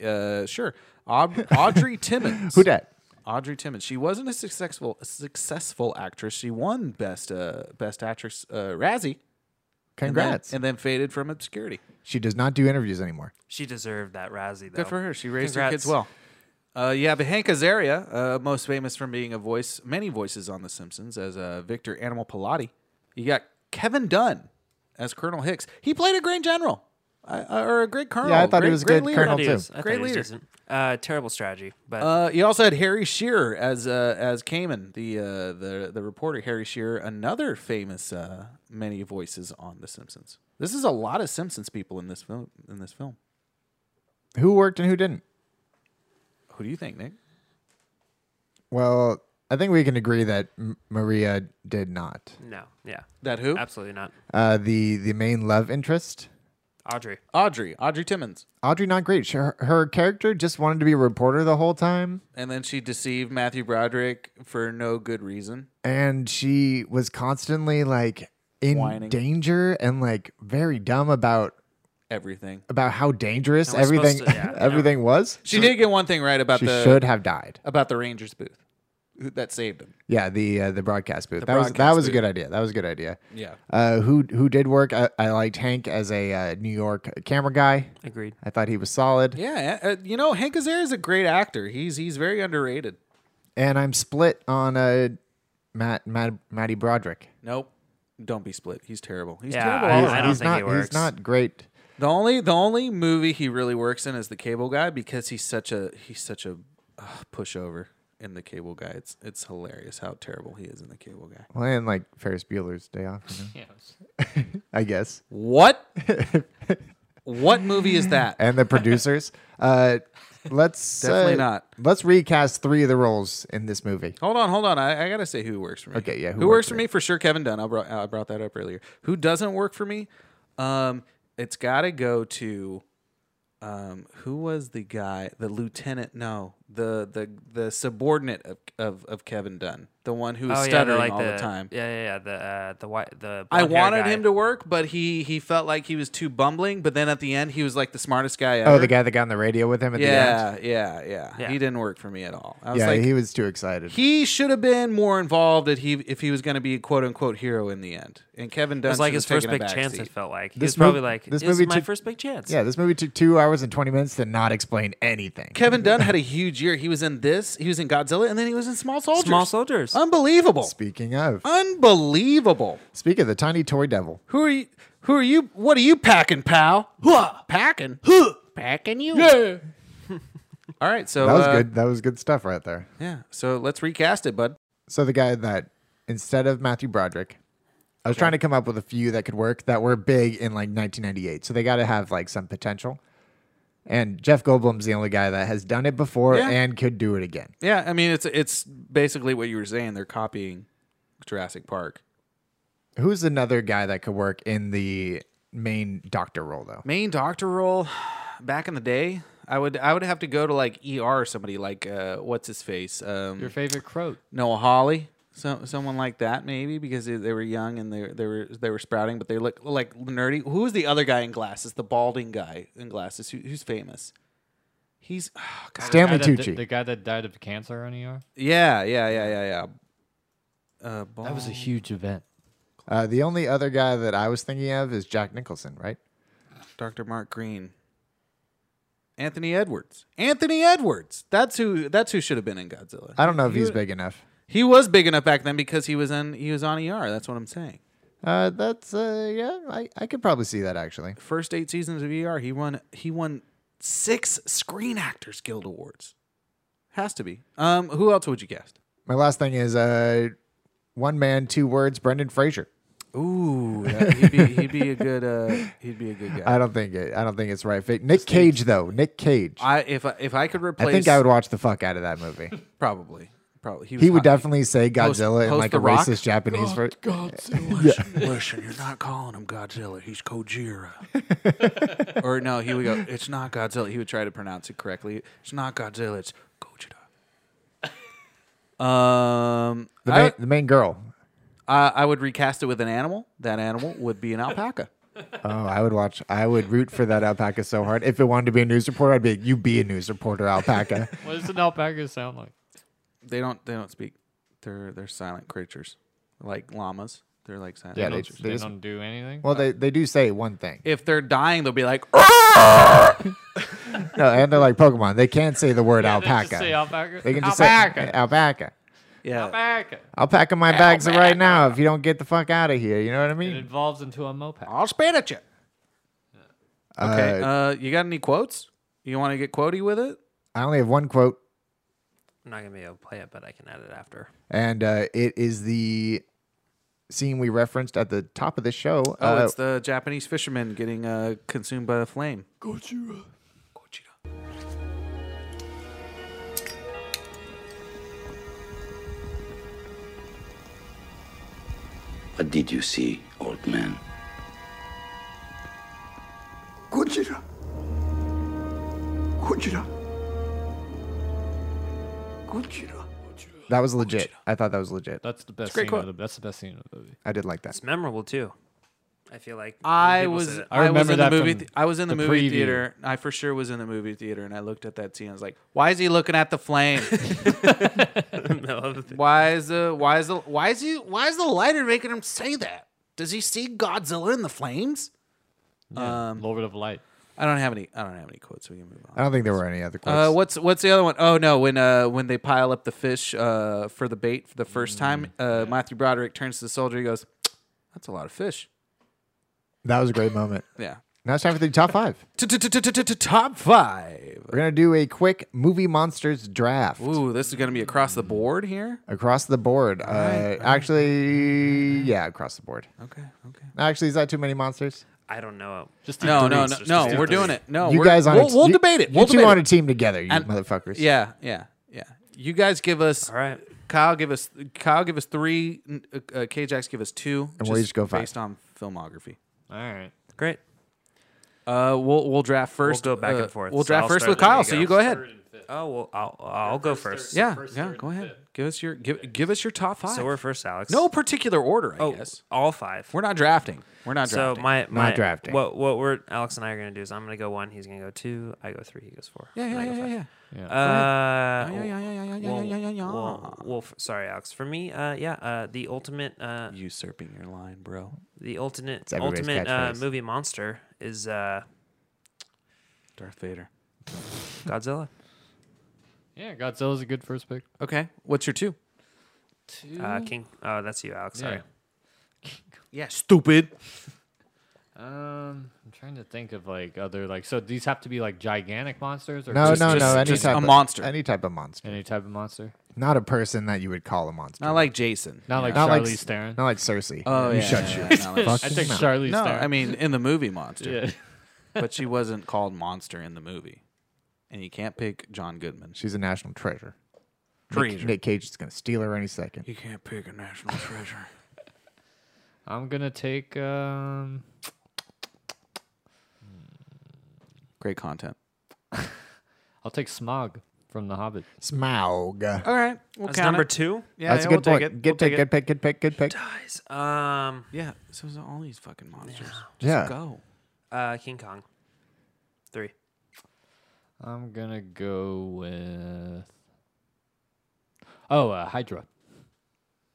Uh, sure. Aub- Audrey Timmons. Who dat? Audrey Timmons. She wasn't a successful a successful actress. She won best uh, best actress uh, Razzie. and then- Congrats. And then, faded from obscurity. She does not do interviews anymore. she deserved that Razzie, though. Good for her. She raised her Congrats. kids well. Uh, yeah, but Hank Azaria, uh, most famous from being a voice, many voices on The Simpsons, as uh, Victor Animal Pilati. You got Kevin Dunn as Colonel Hicks. He played a great general. I, I- or a great colonel. Yeah, I thought he Great- was a great good leader. colonel, Thought he too. was- I thought Great he was leader. decent. Uh, terrible strategy, but Uh, he also had Harry Shearer as uh, as Kamen, the uh, the the reporter Harry Shearer, another famous uh, many voices on The Simpsons. This is a lot of Simpsons people in this film. In this film, Who worked and who didn't? who do you think, Nick? Well, I think we can agree that M- Maria did not. no, yeah, That who? absolutely not. Uh, the the main love interest, Audrey, Audrey, Audrey Timmons, Audrey, not great. Her, her character just wanted to be a reporter the whole time, and then she deceived Matthew Broderick for no good reason. and she was constantly like in Whining. danger and like very dumb about Everything. about how dangerous I was supposed everything to- yeah, yeah. everything was. She did get one thing right about She the should have died. about the Rangers booth Who- that saved him. Yeah, the uh, the broadcast booth. that was that broadcast was a booth. good idea. That was a good idea. Yeah. Uh, who who did work? I, I liked Hank as a uh, New York camera guy. agreed. I thought he was solid. Yeah, uh, you know Hank Azaria is a great actor. He's he's very underrated. And I'm split on uh, Matt Matt Matty Broderick. Nope. Don't be split. He's terrible. He's Yeah, terrible. I- all He's- around. don't he's think not he works. he's not great. the only the only movie he really works in is the Cable Guy because he's such a he's such a uh, pushover in the Cable Guy. It's it's hilarious how terrible he is in the Cable Guy. Well, and like Ferris Bueller's Day Off, you know, I guess. What? what movie is that? And the producers. uh, let's Definitely uh, not. Let's recast three of the roles in this movie. Hold on, hold on. I, I gotta say who works for me. Okay, yeah, Who, works for me for sure? Kevin Dunn. I brought I brought that up earlier. Who doesn't work for me? Um, it's gotta go to, um, who was the guy? The lieutenant? No, the the the subordinate of of, of Kevin Dunn, the one who was Oh yeah, stuttering the, like all the, the, time. Yeah, yeah, yeah. The uh, the white the. I blonde-haired wanted guy. him to work, but he he felt like he was too bumbling. But then at the end, he was like the smartest guy ever. Oh, the guy that got on the radio with him at the end. Yeah, yeah, yeah, Yeah. He didn't work for me at all. I was Yeah, like, he was too excited. he should have been more involved if he if he was going to be a quote unquote hero in the end. And Kevin Dunn It was like should his have first taken big a back chance. It seat. felt like This this was probably mov- like this this, movie is my took- first big chance. yeah, this movie took two hours and twenty minutes to not explain anything. Kevin Dunn had a huge year. He was in this. He was in Godzilla, and then he was in Small Soldiers. small soldiers. Unbelievable. Speaking of, Unbelievable. speak of the tiny toy devil. Who are you? Who are you? What are you packing, pal? Huh. Packing? Huh. Packing you? Yeah. All right. So That was uh, good. That was good stuff right there. Yeah. So let's recast it, bud. So the guy that instead of Matthew Broderick, I was trying to come up with a few that could work that were big in like 1998. So they got to have like some potential. And Jeff Goldblum's the only guy that has done it before Yeah. and could do it again. Yeah. I mean, it's it's basically what you were saying. They're copying Jurassic Park. Who's another guy that could work in the main doctor role though? main doctor role back in the day i would i would have to go to like er or somebody like uh what's his face um Your favorite croat. noah hawley so, someone like that maybe because they, they were young and they, they were they were sprouting but they look like nerdy who was the other guy in glasses the balding guy in glasses who, who's famous he's oh, God. Stanley Guy that di- Tucci. the guy that died of cancer on ER. yeah yeah yeah yeah yeah uh, That was a huge event. Uh, the only other guy that I was thinking of is Jack Nicholson, right? Dr. Mark Green. Anthony Edwards. Anthony Edwards. That's who that's who should have been in Godzilla. I don't know if He he's would- big enough. He was big enough back then because he was in he was on ER. That's what I'm saying. Uh, that's uh, yeah, I, I could probably see that actually. First eight seasons of ER, he won he won six Screen Actors Guild awards. Has to be. Um, who else would you cast? My last thing is uh, one man, two words, Brendan Fraser. Ooh, that- he'd be he'd be a good uh, he'd be a good I guy. don't think it. I don't think it's right. fit. Nick Cage though. Nick Cage. I, I, if I if I could replace, think I would watch the fuck out of that movie. probably probably he would hot. definitely say Godzilla in post like The a Rock? racist Oh, Japanese. ver- Listen, you're not calling him Godzilla. He's Kojira. or no, he would go, it's not Godzilla. He would try to pronounce it correctly. It's not Godzilla. It's Gojira. Um, the, I, main, the main girl. I, I would recast it with an animal. That animal would be an alpaca. Oh, I would watch. I would root for that alpaca so hard. If it wanted to be a news reporter, I'd be like, you be a news reporter, alpaca. What does an alpaca sound like? They don't. They don't speak. They're they're silent creatures, like llamas. They're like silent They, they- don't, creatures. they just- don't do anything. well, they they do say one thing. If they're dying, they'll be like. "Oh, No, and they're like Pokemon. They can't say the word Yeah, they just alpaca. say alpaca. They can just alpaca. say alpaca. Yeah. alpaca. I'll pack up my bags right now if you don't get the fuck out of here. You know what I It mean? evolves into a moped. I'll spin at you. Okay. Uh, you got any quotes? You want to get quotey with it? I only have one quote, I'm not gonna be able to play it, but I can add it after. and uh, it is the scene we referenced at the top of the show. Oh, uh, it's the Japanese fisherman getting uh, consumed by the flame. What did you see, old man? Kujira. Kujira. Kujira. that was legit. I thought that was legit. That's the best great scene. quote. Of the, that's the best scene of the movie. I did like that. It's memorable too. I feel like when I people was said it- I I, was remember in the that movie. from th- I was in the, the movie preview. theater. I for sure was in the movie theater, and I looked at that scene. I was like, "Why is he looking at the flame? in the middle of the thing. why is the why is the why is he why is the lighter making him say that? Does he see Godzilla in the flames? Yeah. Um, Lord of Light. I don't have any. I don't have any quotes. We can move I on. don't think there were any other quotes. Uh, what's what's the other one? Oh no, when uh when they pile up the fish uh for the bait for the first time, uh Matthew Broderick turns to the soldier. He goes, "That's a lot of fish." that was a great moment. Yeah. Now it's time for the top five. Top five. We're gonna do a quick movie monsters draft Ooh, this is gonna be across the board here. across the board. uh, Actually, yeah, across the board. Okay, okay. Actually, is that too many monsters? I don't know. Just No, do no, threes. no, Just no. do We're threes. doing it. No, you Oh, we're- guys on a We'll, t- we'll you- debate it. You We'll two debate on a it. team together, you And- motherfuckers. Yeah, yeah, yeah. You guys give us. All right. Kyle give us. Kyle give us three. n- Uh, uh, K-Jax give us two. And we'll each go five. based on filmography. All right. Great. Uh, we'll we'll draft first. go back uh, and forth, We'll so draft I'll first start with and Kyle. you So go. you go ahead. Oh well, I'll I'll go first. Yeah, yeah. Go ahead. Give us your give give us your top five. So we're first, Alex. no particular order. I Oh, guess all five. we're not drafting. We're not So drafting. my my drafting. What what we're Alex and I are gonna do is I'm gonna go one. He's gonna go two. I go three. He goes four. yeah, and yeah, I go yeah, yeah, five. yeah. Uh, Yeah, yeah, yeah, yeah, yeah, yeah, well, yeah, yeah, yeah. well, well, f- sorry, Alex. For me, uh, yeah, uh, the ultimate, uh, Usurping your line, bro. the ultimate, everybody's ultimate uh, catchphrase. movie monster is uh, Darth Vader. Godzilla. Yeah, Godzilla's a good first pick. Okay, what's your two? Uh, King. Oh, that's you, Alex. Sorry. Yeah, stupid. Um, I'm trying to think of like other like so these have to be like gigantic monsters or No, just no, just- no. Any just type a of monster. Any type of monster. any type of monster. Not a person that you would call a monster. Not like Jason. Not like Not like Charlize s- Theron. Not like Cersei. Oh, you yeah, shut yeah, your yeah, not like- I fucking think mouth. Charlize No, Theron. I mean in the movie Monster, yeah. but she wasn't called Monster in the movie, and you can't pick John Goodman. She's a national treasure. Nick, Treasure. Nick Cage is gonna steal her any second. You can't pick a national treasure. I'm gonna take um Great content. I'll take Smog from The Hobbit. Smaug. All right, we'll That's count number it. two. Oh, Yeah, That's yeah, a good we'll point. Take it. Good we'll pick. take Good it. pick. Good pick. Good pick. Guys, um, Yeah, so it's all these fucking monsters. Just Yeah. go. uh, King Kong. Three. I'm gonna go with Oh, uh, Hydra.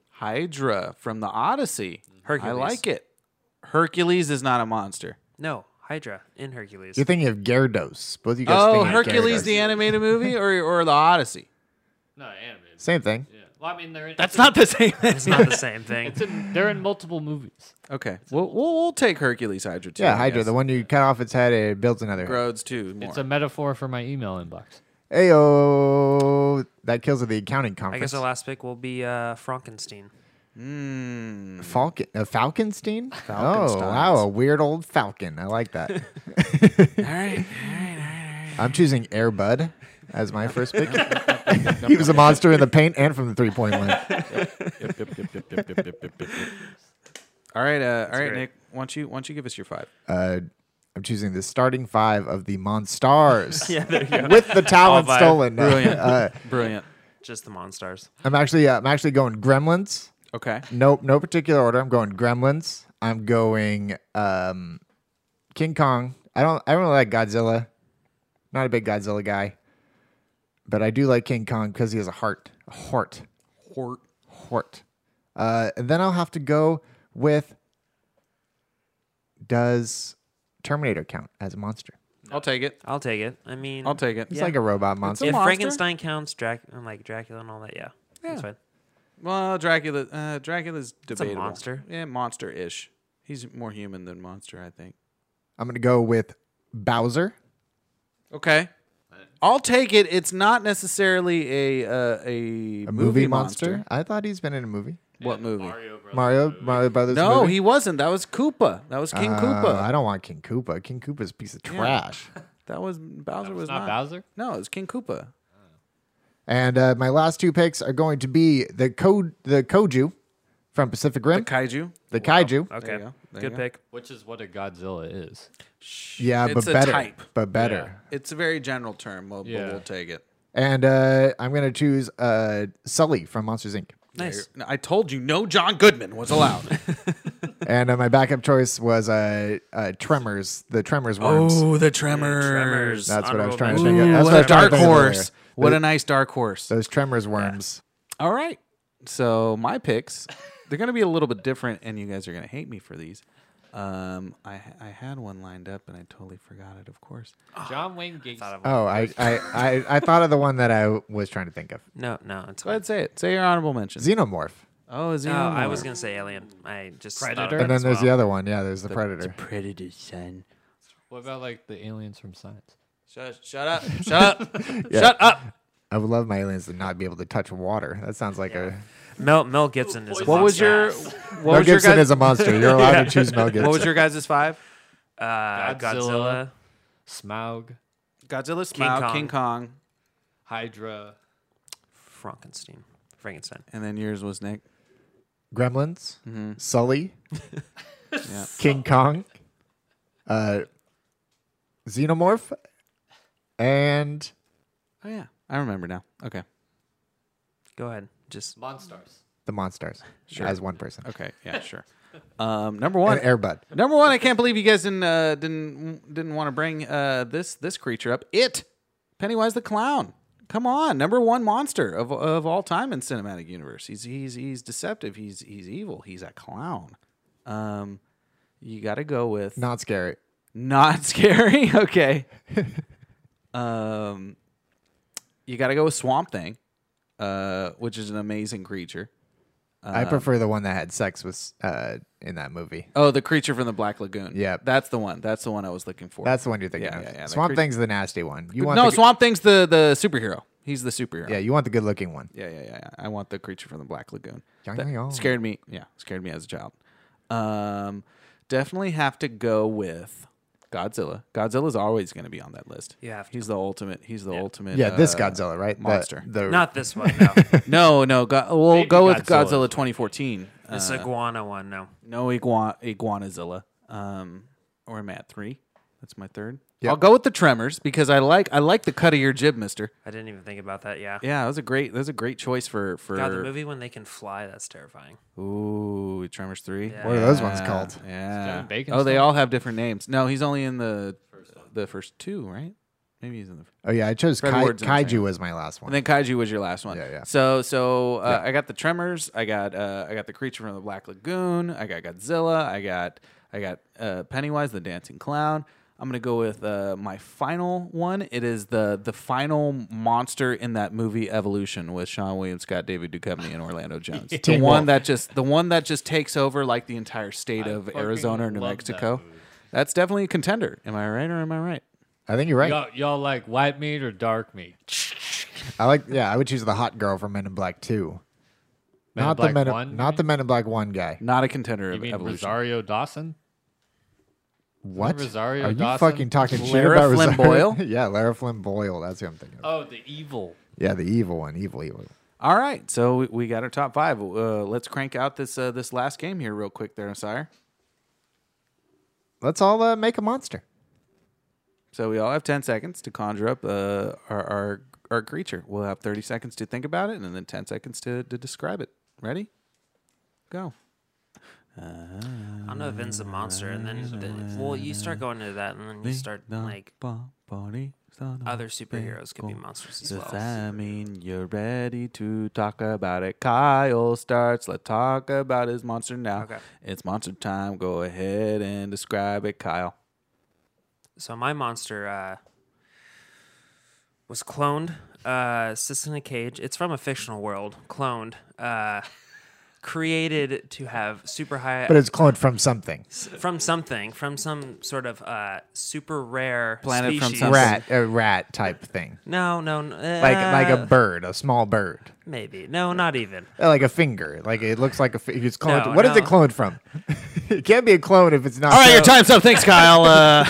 Hydra from the Odyssey. Hercules. I like it. Hercules is not a monster. No, Hydra in Hercules. You're thinking of Gyarados. Both of you guys. Oh, thinking of Hercules Gyarados. the animated movie or or the Odyssey? No, animated. Same thing. Yeah. Well, I mean they're in, That's not the same. It's not the same thing. it's in they're in multiple movies. okay, we'll, we'll we'll take Hercules Hydra too. Yeah, I Hydra, guess. the one you cut off its head, it builds another. head. Grodes too. More. It's a metaphor for my email inbox. Ayo, that kills at the accounting I conference. guess our last pick will be uh, Frankenstein. Mm. Falcon, uh, Falconstein. Oh Falconsteins. wow, a weird old falcon. I like that. All right. I'm choosing Air Bud as my first pick. he was a monster in the paint and from the three point line. All right. Uh, all right, great. Nick. Why don't you why don't you give us your five? Uh, I'm choosing the starting five of the Monstars Yeah, there you go. with the talent All five. stolen. No, Brilliant. uh, Brilliant. Just the Monstars. I'm actually uh, I'm actually going Gremlins. Okay. Nope, no particular order. I'm going Gremlins. I'm going um, King Kong. I don't I don't really like Godzilla. Not a big Godzilla guy. But I do like King Kong because he has a heart. A heart. Hort. Heart. Uh, and then I'll have to go with Does Terminator count as a monster? I'll take it. I'll take it. I mean, I'll take it. It's like a robot monster. a if monster. Frankenstein counts, Drac- and, like Dracula and all that, yeah, that's fine. Well, Dracula. Uh, Dracula's debatable. monster. Yeah, monster-ish. He's more human than monster, I think. I'm gonna go with Bowser. Okay. I'll take it. It's not necessarily a uh, a, A movie monster? I thought he's been in a movie. What movie? Mario, Mario Brothers. no, movie? he wasn't. That was Koopa. That was King Uh, Koopa. I don't want King Koopa. King Koopa's a piece of trash. That was Bowser was, not, not Bowser? No, it was King Koopa. And uh, my last two picks are going to be the code, the Koju from Pacific The Oh, Rim, kaiju. the, Kaiju. Okay. go. There Good you go. pick. Which is what a Godzilla is. Yeah, It's but a better, type. but better. It's a very general term. We'll, Yeah. but we'll take it. And uh, I'm gonna choose uh, Sully from Monsters Inc. Nice. No, I told you no John Goodman was allowed. and uh, my backup choice was uh, uh, Tremors, the Tremors worms. Oh, the Tremors. Tremors. That's what I was Honorable trying to mention. think of. Ooh, That's what what I a was trying to dark think of horse. earlier. What a nice dark horse. Those Tremors worms. All right. So my picks, they're going to be a little bit different, and you guys are going to hate me for these. Um, I I had one lined up, and I totally forgot it. Of course. John Wayne Gacy. Oh, I, I, I, I thought of the one that I was trying to think of. No, no, it's Go fine. ahead, say it. Say your honorable mention. Xenomorph. oh, is No, I was gonna say Alien. I just thought of Predator? that And then as there's well. the other one. Yeah, there's the, Predator. Predator's son. What about like the aliens from science? Shut, shut up! Shut up! Yeah. Shut up! I would love my aliens to not be able to touch water. That sounds like Mel Mel Gibson is. a What was monster. your a. what Mel was your Gibson is guys, a monster. You're allowed to choose Mel Gibson. what was your guys' five? uh, Godzilla? Godzilla. Smaug, Godzilla, King Smaug, King Kong. Kong. Hydra. Frankenstein, Frankenstein. and then yours was Nick. Gremlins, Sully, Mm-hmm. Yeah. King Kong, uh, Xenomorph, and Oh yeah, I remember now. Okay, Go ahead. Just Monstars. the Monstars as one person. okay, yeah, sure. Um, number one, And Airbud. Number one, I can't believe you guys didn't uh, didn't didn't want to bring uh, this this creature up. It, Pennywise the clown. Come on, number one monster of, of all time in cinematic universe. He's he's he's deceptive. He's he's evil. He's a clown. Um, you got to go with Not scary. not scary. okay. um, you got to go with Swamp Thing, uh, which is an amazing creature. Um, I prefer the one that had sex with uh, in that movie. Oh, the creature from the Black Lagoon. Yeah. that's the one. That's the one I was looking for. That's the one you're thinking Yeah, of. yeah, yeah, that Swamp creature- Thing's the nasty one. You want No, the, Swamp Thing's the the superhero. He's the superhero. Yeah, you want the good looking one. yeah, yeah, yeah. yeah. I want the creature from the Black Lagoon. Young, That young, young. Scared me. Yeah, scared me as a child. Um, definitely have to go with Godzilla. Godzilla's always going to be on that list. You have to. He's the ultimate. He's the ultimate. Yeah, this uh, Godzilla, right? The- monster. The, not this one. No, No, no. Go, we'll Baby go with Godzilla. Godzilla 2014. Uh, this iguana one. No. no iguana iguanazilla. Um, or I'm at three. That's my third. Yep. I'll go with the Tremors because I like I like the cut of your jib, Mister. I didn't even think about that. Yeah. Yeah, that was a great that was a great choice for for God, the movie when they can fly, that's terrifying. Ooh, Tremors Three. What are those ones called? Yeah. John Bacon Oh, they still? all have different names. No, he's only in the the first two, right? Maybe he's in the. Oh yeah, I chose Fred Kai, Ward's in the Kaiju same. as my last one. And then Kaiju was your last one. Yeah, yeah. So so uh, I got the Tremors. I got uh, I got the creature from the Black Lagoon. I got Godzilla. I got I got uh, Pennywise the dancing clown. I'm gonna go with uh, my final one. It is the the final monster in that movie Evolution with Sean William Scott, David Duchovny, and Orlando Jones. The one that just the one that just takes over like the entire state of fucking Arizona or New love that Mexico. movie. That's definitely a contender. Am I right or am I right? I think you're right. Y'all, y'all like white meat or dark meat? I like. Yeah, I would choose the hot girl from Men in Black Two. Men in not the Black Men. in- 1, not you the Men in Black One guy. Not a contender You of mean Evolution. Rosario Dawson? What? Rosario Are you Dawson? fucking talking shit Lara about Flynn Rosario? Boyle? yeah, Lara Flynn Boyle. That's who I'm thinking of. Oh, the evil. Yeah, the evil one. Evil, evil. All right, so we- we got our top five. Uh, let's crank out this uh, this last game here real quick, there, sire. Let's all uh, make a monster. So we all have ten seconds to conjure up uh, our, our our creature. We'll have thirty seconds to think about it, and then ten seconds to, to describe it. Ready? Go. I don't know if Vin's a monster, and then the, well, you start going into that, and then you start like other superheroes could be monsters as Does well. that mean you're ready to talk about it? Kyle starts. Let's talk about his monster now. Okay. It's monster time. Go ahead and describe it, Kyle. So my monster uh, was cloned. Uh, sits in a cage. It's from a fictional world. Cloned. Uh, created to have super high But it's cloned from something. from something, from some sort of uh, super rare Planet species. rat, a rat type thing, No, no, n- like like uh, a bird, a small bird, Maybe no, not even. Uh, like a finger. Like it looks like a. fi- It's cloned. No, what is it no. cloned from? it can't be a clone if it's not. All right, your so- time's up. Thanks, Kyle. Uh,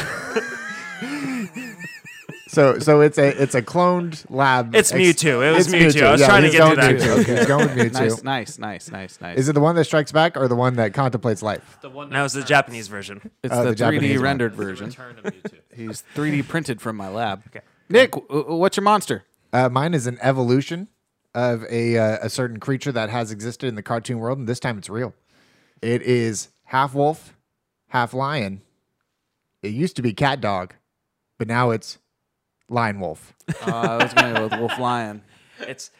So so it's a it's a cloned lab. It's Mewtwo. It was it's Mewtwo. I was trying to he's get to going that. Mewtwo. Okay, he's going Mewtwo. nice, nice, nice, nice, nice. Is it the one that strikes back or the one that contemplates life? The one that was the Japanese version. It's Oh, the, the 3D Japanese one. rendered Hmm? version. He's 3D printed from my lab. Okay. Nick, w- w- what's your monster? Uh, mine is an evolution of a uh, a certain creature that has existed in the cartoon world, and this time it's real. It is half wolf, half lion. It used to be cat dog, but now it's lion wolf. Uh, I was going to go with Wolf Lion. It's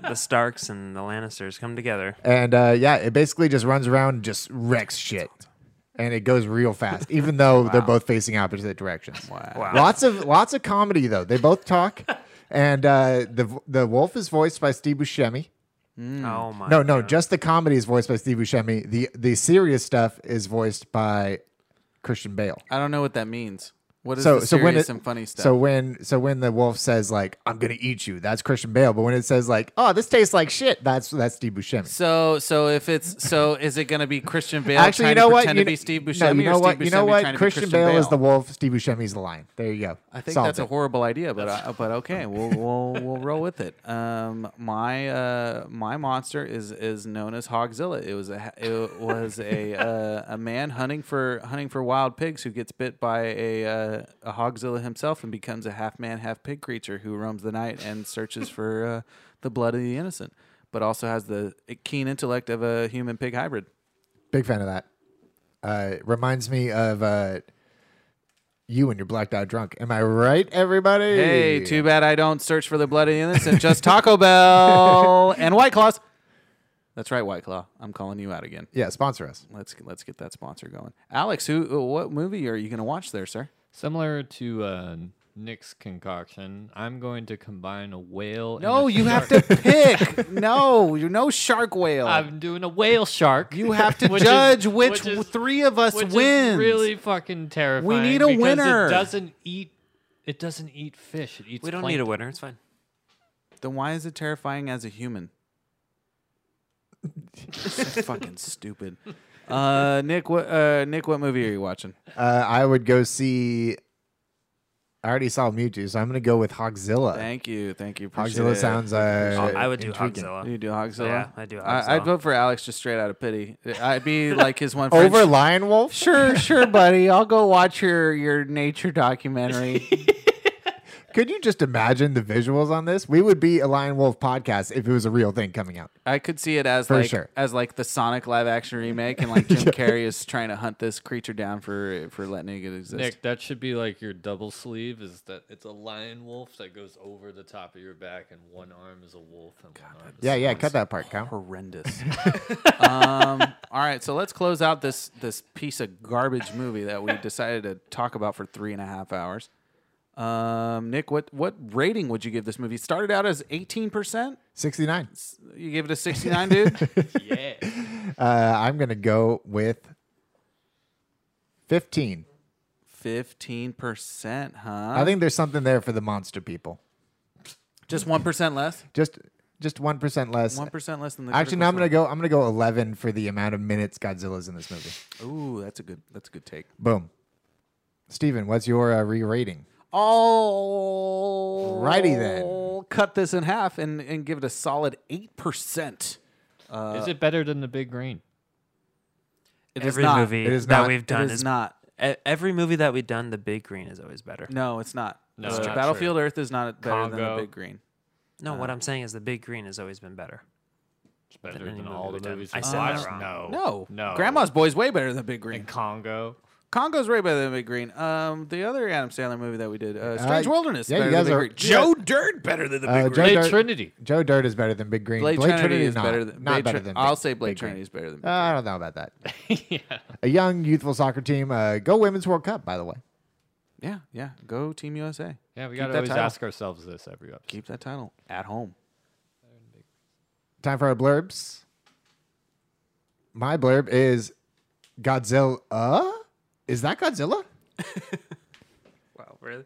the Starks and the Lannisters come together. And uh, yeah, it basically just runs around and just wrecks shit. And it goes real fast, even though they're both facing opposite directions. Wow. Lots of lots of comedy though. They both talk, and uh, the the wolf is voiced by Steve Buscemi. Oh my. No, no, just the comedy is voiced by Steve Buscemi. The the serious stuff is voiced by Christian Bale. I don't know what that means. What is So the so serious when it, and funny stuff? so when so when the wolf says like I'm gonna eat you, that's Christian Bale. But when it says like Oh, this tastes like shit, that's that's Steve Buscemi. so so if it's so is it going to be Christian Bale Actually, trying you know to what? pretend you, to kn- be Steve no, Buscemi you know or what? Steve Buscemi you know trying what? to Christian be Christian Bale, is the wolf. Steve Buscemi's the lion. There you go. I think Solved that's a it. horrible idea, but I, but okay, we'll we'll we'll roll with it. Um, my uh, my monster is is known as Hogzilla. It was a it was a uh, a man hunting for hunting for wild pigs who gets bit by a uh, a Hogzilla himself and becomes a half man half pig creature who roams the night and searches for uh, the blood of the innocent, but also has the keen intellect of a human pig hybrid. Big fan of that. Uh, it reminds me of uh, you and your blacked out drunk. Am I right, everybody? Hey, too bad I don't search for the blood of the innocent. Just Taco Bell and White Claws. That's right, White Claw. I'm calling you out again. Yeah, sponsor us. Let's let's get that sponsor going. Alex, who uh, what movie are you going to watch there, sir? Similar to uh, Nick's concoction, I'm going to combine a whale. and No, a you have to shark. pick. No, you're no shark whale. I'm doing a whale shark. you have to which is- judge which, is- three of us which is wins. really fucking terrifying. need a because winner. It doesn't eat. It doesn't eat fish. It eats. we don't need a plankton. winner. It's fine. Then why is it terrifying as a human? That's fucking stupid. Uh, Nick, what uh, Nick, what movie are you watching? Uh, I would go see. I already saw Mewtwo, so I'm going to go with Hogzilla. Thank you, thank you. appreciate Hogzilla it. sounds. Uh, Oh, I would do intriguing. Hogzilla. Oh, You do Hogzilla? Yeah, I do I, I'd Hogzilla. vote for Alex just straight out of pity. I'd be like his one friend. Over Lion Wolf? Sure, sure, buddy. I'll go watch your your nature documentary. Could you just imagine the visuals on this? We would be a Lion Wolf podcast if it was a real thing coming out. I could see it as For like sure. as like the Sonic live action remake, and like Jim Carrey is trying to hunt this creature down for for letting it exist. Nick, that should be like your double sleeve. Is that it's a lion wolf that goes over the top of your back, and one arm is a wolf and one arm. Is Yeah, yeah, cut that part, Kyle. Horrendous. um, all right, so let's close out this this piece of garbage movie that we decided to talk about for three and a half hours. Um, Nick, what what rating would you give this movie? It Started out as eighteen percent. 69. You gave it a sixty nine, dude. Uh, I'm going to go with 15. Fifteen percent, huh? I think there's something there for the monster people. just one percent less. Just just 1% less. One percent less than the. Actually, critical no, I'm going to score. go I'm going to go 11 for the amount of minutes Godzilla's in this movie. Ooh, that's a good. That's a good take. Boom. Steven, what's your uh, re-rating? All Righty then. Cut this in half and and give it a solid eight percent. Uh, Is it better than the big green? It is Every not. movie It is that not. we've done it is not. e- every movie that we've done. The Big Green is always better. No, it's not. No, Uh, it's not Battlefield true. Earth is not better than Congo. the Big Green. No, what I'm saying is the Big Green has always been better. It's better Than any than movie all the we've done. movies I we said that watched. wrong. No, No, no. Grandma's Boy's way better than the Big in Green. Congo. Congo's way better than the Big Green. Um, the other Adam Sandler movie that we did, uh, Strange Uh, Wilderness. yeah, better you than guys Big are- Green. Joe Dirt better than the Big Uh, Green. Joe, Blade Dirt, Trinity. Joe Dirt is better than Big Green. Blade, Trinity, is not, better not than Blade better Trin- than I'll Big- say Blade Big Green. Trinity is better than. Big Uh, I don't know about that. yeah. A young youthful soccer team. Uh, go Women's World Cup, by the way. Green. Yeah, yeah. Go Team USA. Yeah, we Keep gotta that always title. ask ourselves this every episode. Keep that title at home. Time for our blurbs. My blurb is Godzilla. Is that Godzilla? Wow, really?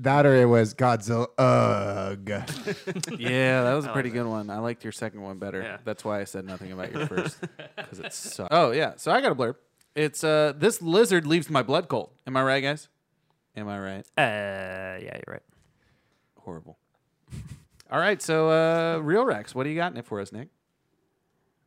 That or it was Godzilla. Ugh. yeah, that was a pretty good one. I liked your second one better. Yeah. That's why I said nothing about your first because it sucked. Oh yeah, so I got a blurb. It's uh, this lizard leaves my blood cold. Am I right, guys? Am I right? Uh, yeah, you're right. Horrible. All right, so uh, real Rex, what do you got in it for us, Nick?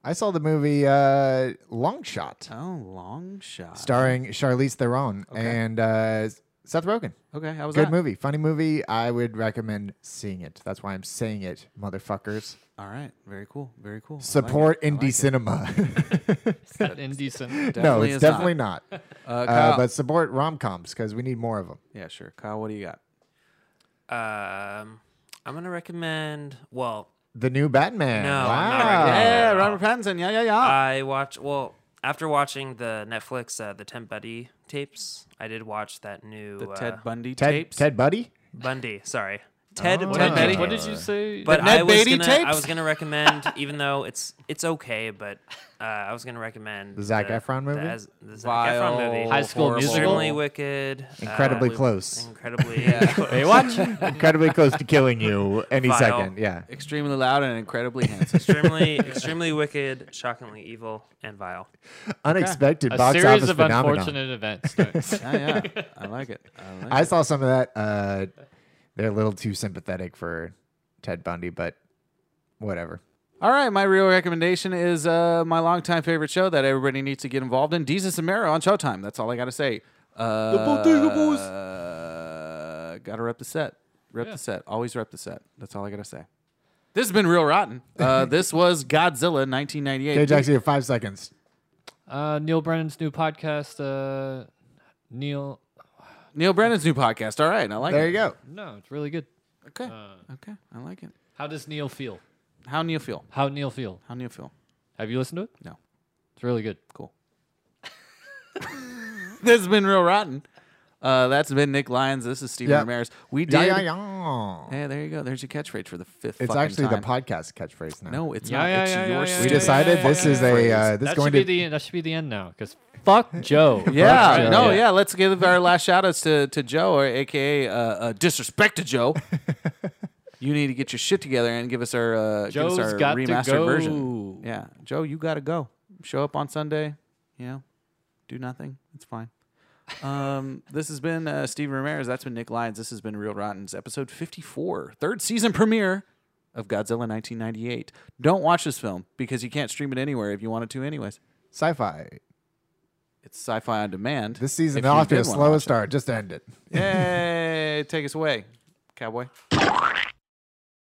I saw the movie uh, Long Shot, Oh, long shot. starring Charlize Theron and uh, Seth Rogen. Okay, how was Good that? movie, funny movie. I would recommend seeing it. That's why I'm saying it, motherfuckers. All right, very cool, very cool. I like it. Support I like indie it. cinema. Is that indecent? no, Definitely it's is not. definitely not. Uh, Kyle, Uh, but support rom coms because we need more of them. yeah, sure. Kyle, what do you got? Um, I'm gonna recommend. Well, The new Batman. No, I'm not wow. recommending yeah, Robert Pattinson. Yeah, yeah, yeah. I watch. Well, after watching the Netflix uh, the Ted Bundy tapes, I did watch that new the uh, Ted Bundy Ted, tapes. Ted Buddy. Bundy. Sorry, Ted Oh. What Bundy. did, Betty. you, what did you say? But Ned I was Beatty gonna, I tapes? was gonna recommend, even though it's it's okay, but uh, I was gonna recommend The Zac Efron movie? the, Az- the Zac Efron movie, High School horrible. Musical? extremely wicked, Incredibly uh, close. incredibly Incredibly close to killing you any Vile. second. Yeah. Extremely loud and incredibly handsome. extremely extremely wicked, shockingly evil and vile. Unexpected a box series office of phenomenon. unfortunate events. yeah, yeah. I like it. I like I it. saw some of that. Uh, they're a little too sympathetic for Ted Bundy, but whatever. All right, my real recommendation is uh, my longtime favorite show that everybody needs to get involved in, Jesus and Mero on Showtime. That's all I got to say. Uh, uh, gotta rep the set. Rep the set. Always rep the set. That's all I gotta say. This has been real rotten. Uh, this was Godzilla 1998. Hey, Jackson, you have five seconds. uh, Neil Brennan's new podcast. Uh, Neil, Neil Brennan's new podcast. All right, I like There it. you go. no, it's really good. Okay, okay, I like it. How does Neil feel? How Neil feel? How Neil feel? How Neil feel? Have you listened to it? No. It's really good. Cool. this has been real rotten. Uh, that's been Nick Lyons. This is Steven Yeah. Ramirez. We did. Yeah, yeah, yeah. Hey, there you go. There's your catchphrase for the fifth. It's fucking actually time. the podcast catchphrase now. No, it's Yeah, not. yeah, it's yeah, yeah, your. yeah, we yeah, decided yeah, this yeah, is yeah. a uh, this that is going should be to the that should be the end now because fuck Joe. Yeah, Fuck Joe. no, yeah. Let's give our last shout outs to, to Joe, or AKA uh, uh, disrespect to Joe. you need to get your shit together and give us our uh, give us Joe's our got to remastered go. version. Yeah, Joe, you gotta go. Show up on Sunday. You know, do nothing. It's fine. Um, this has been uh, Steve Ramirez. That's been Nick Lyons. This has been Real Rotten's episode 54, third season premiere of Godzilla 1998. Don't watch this film because you can't stream it anywhere if you wanted to, anyways. sci-fi. It's sci-fi on demand. This season if you off to did a wanna slow watch it. start. Just end it. Yay! Take us away, cowboy.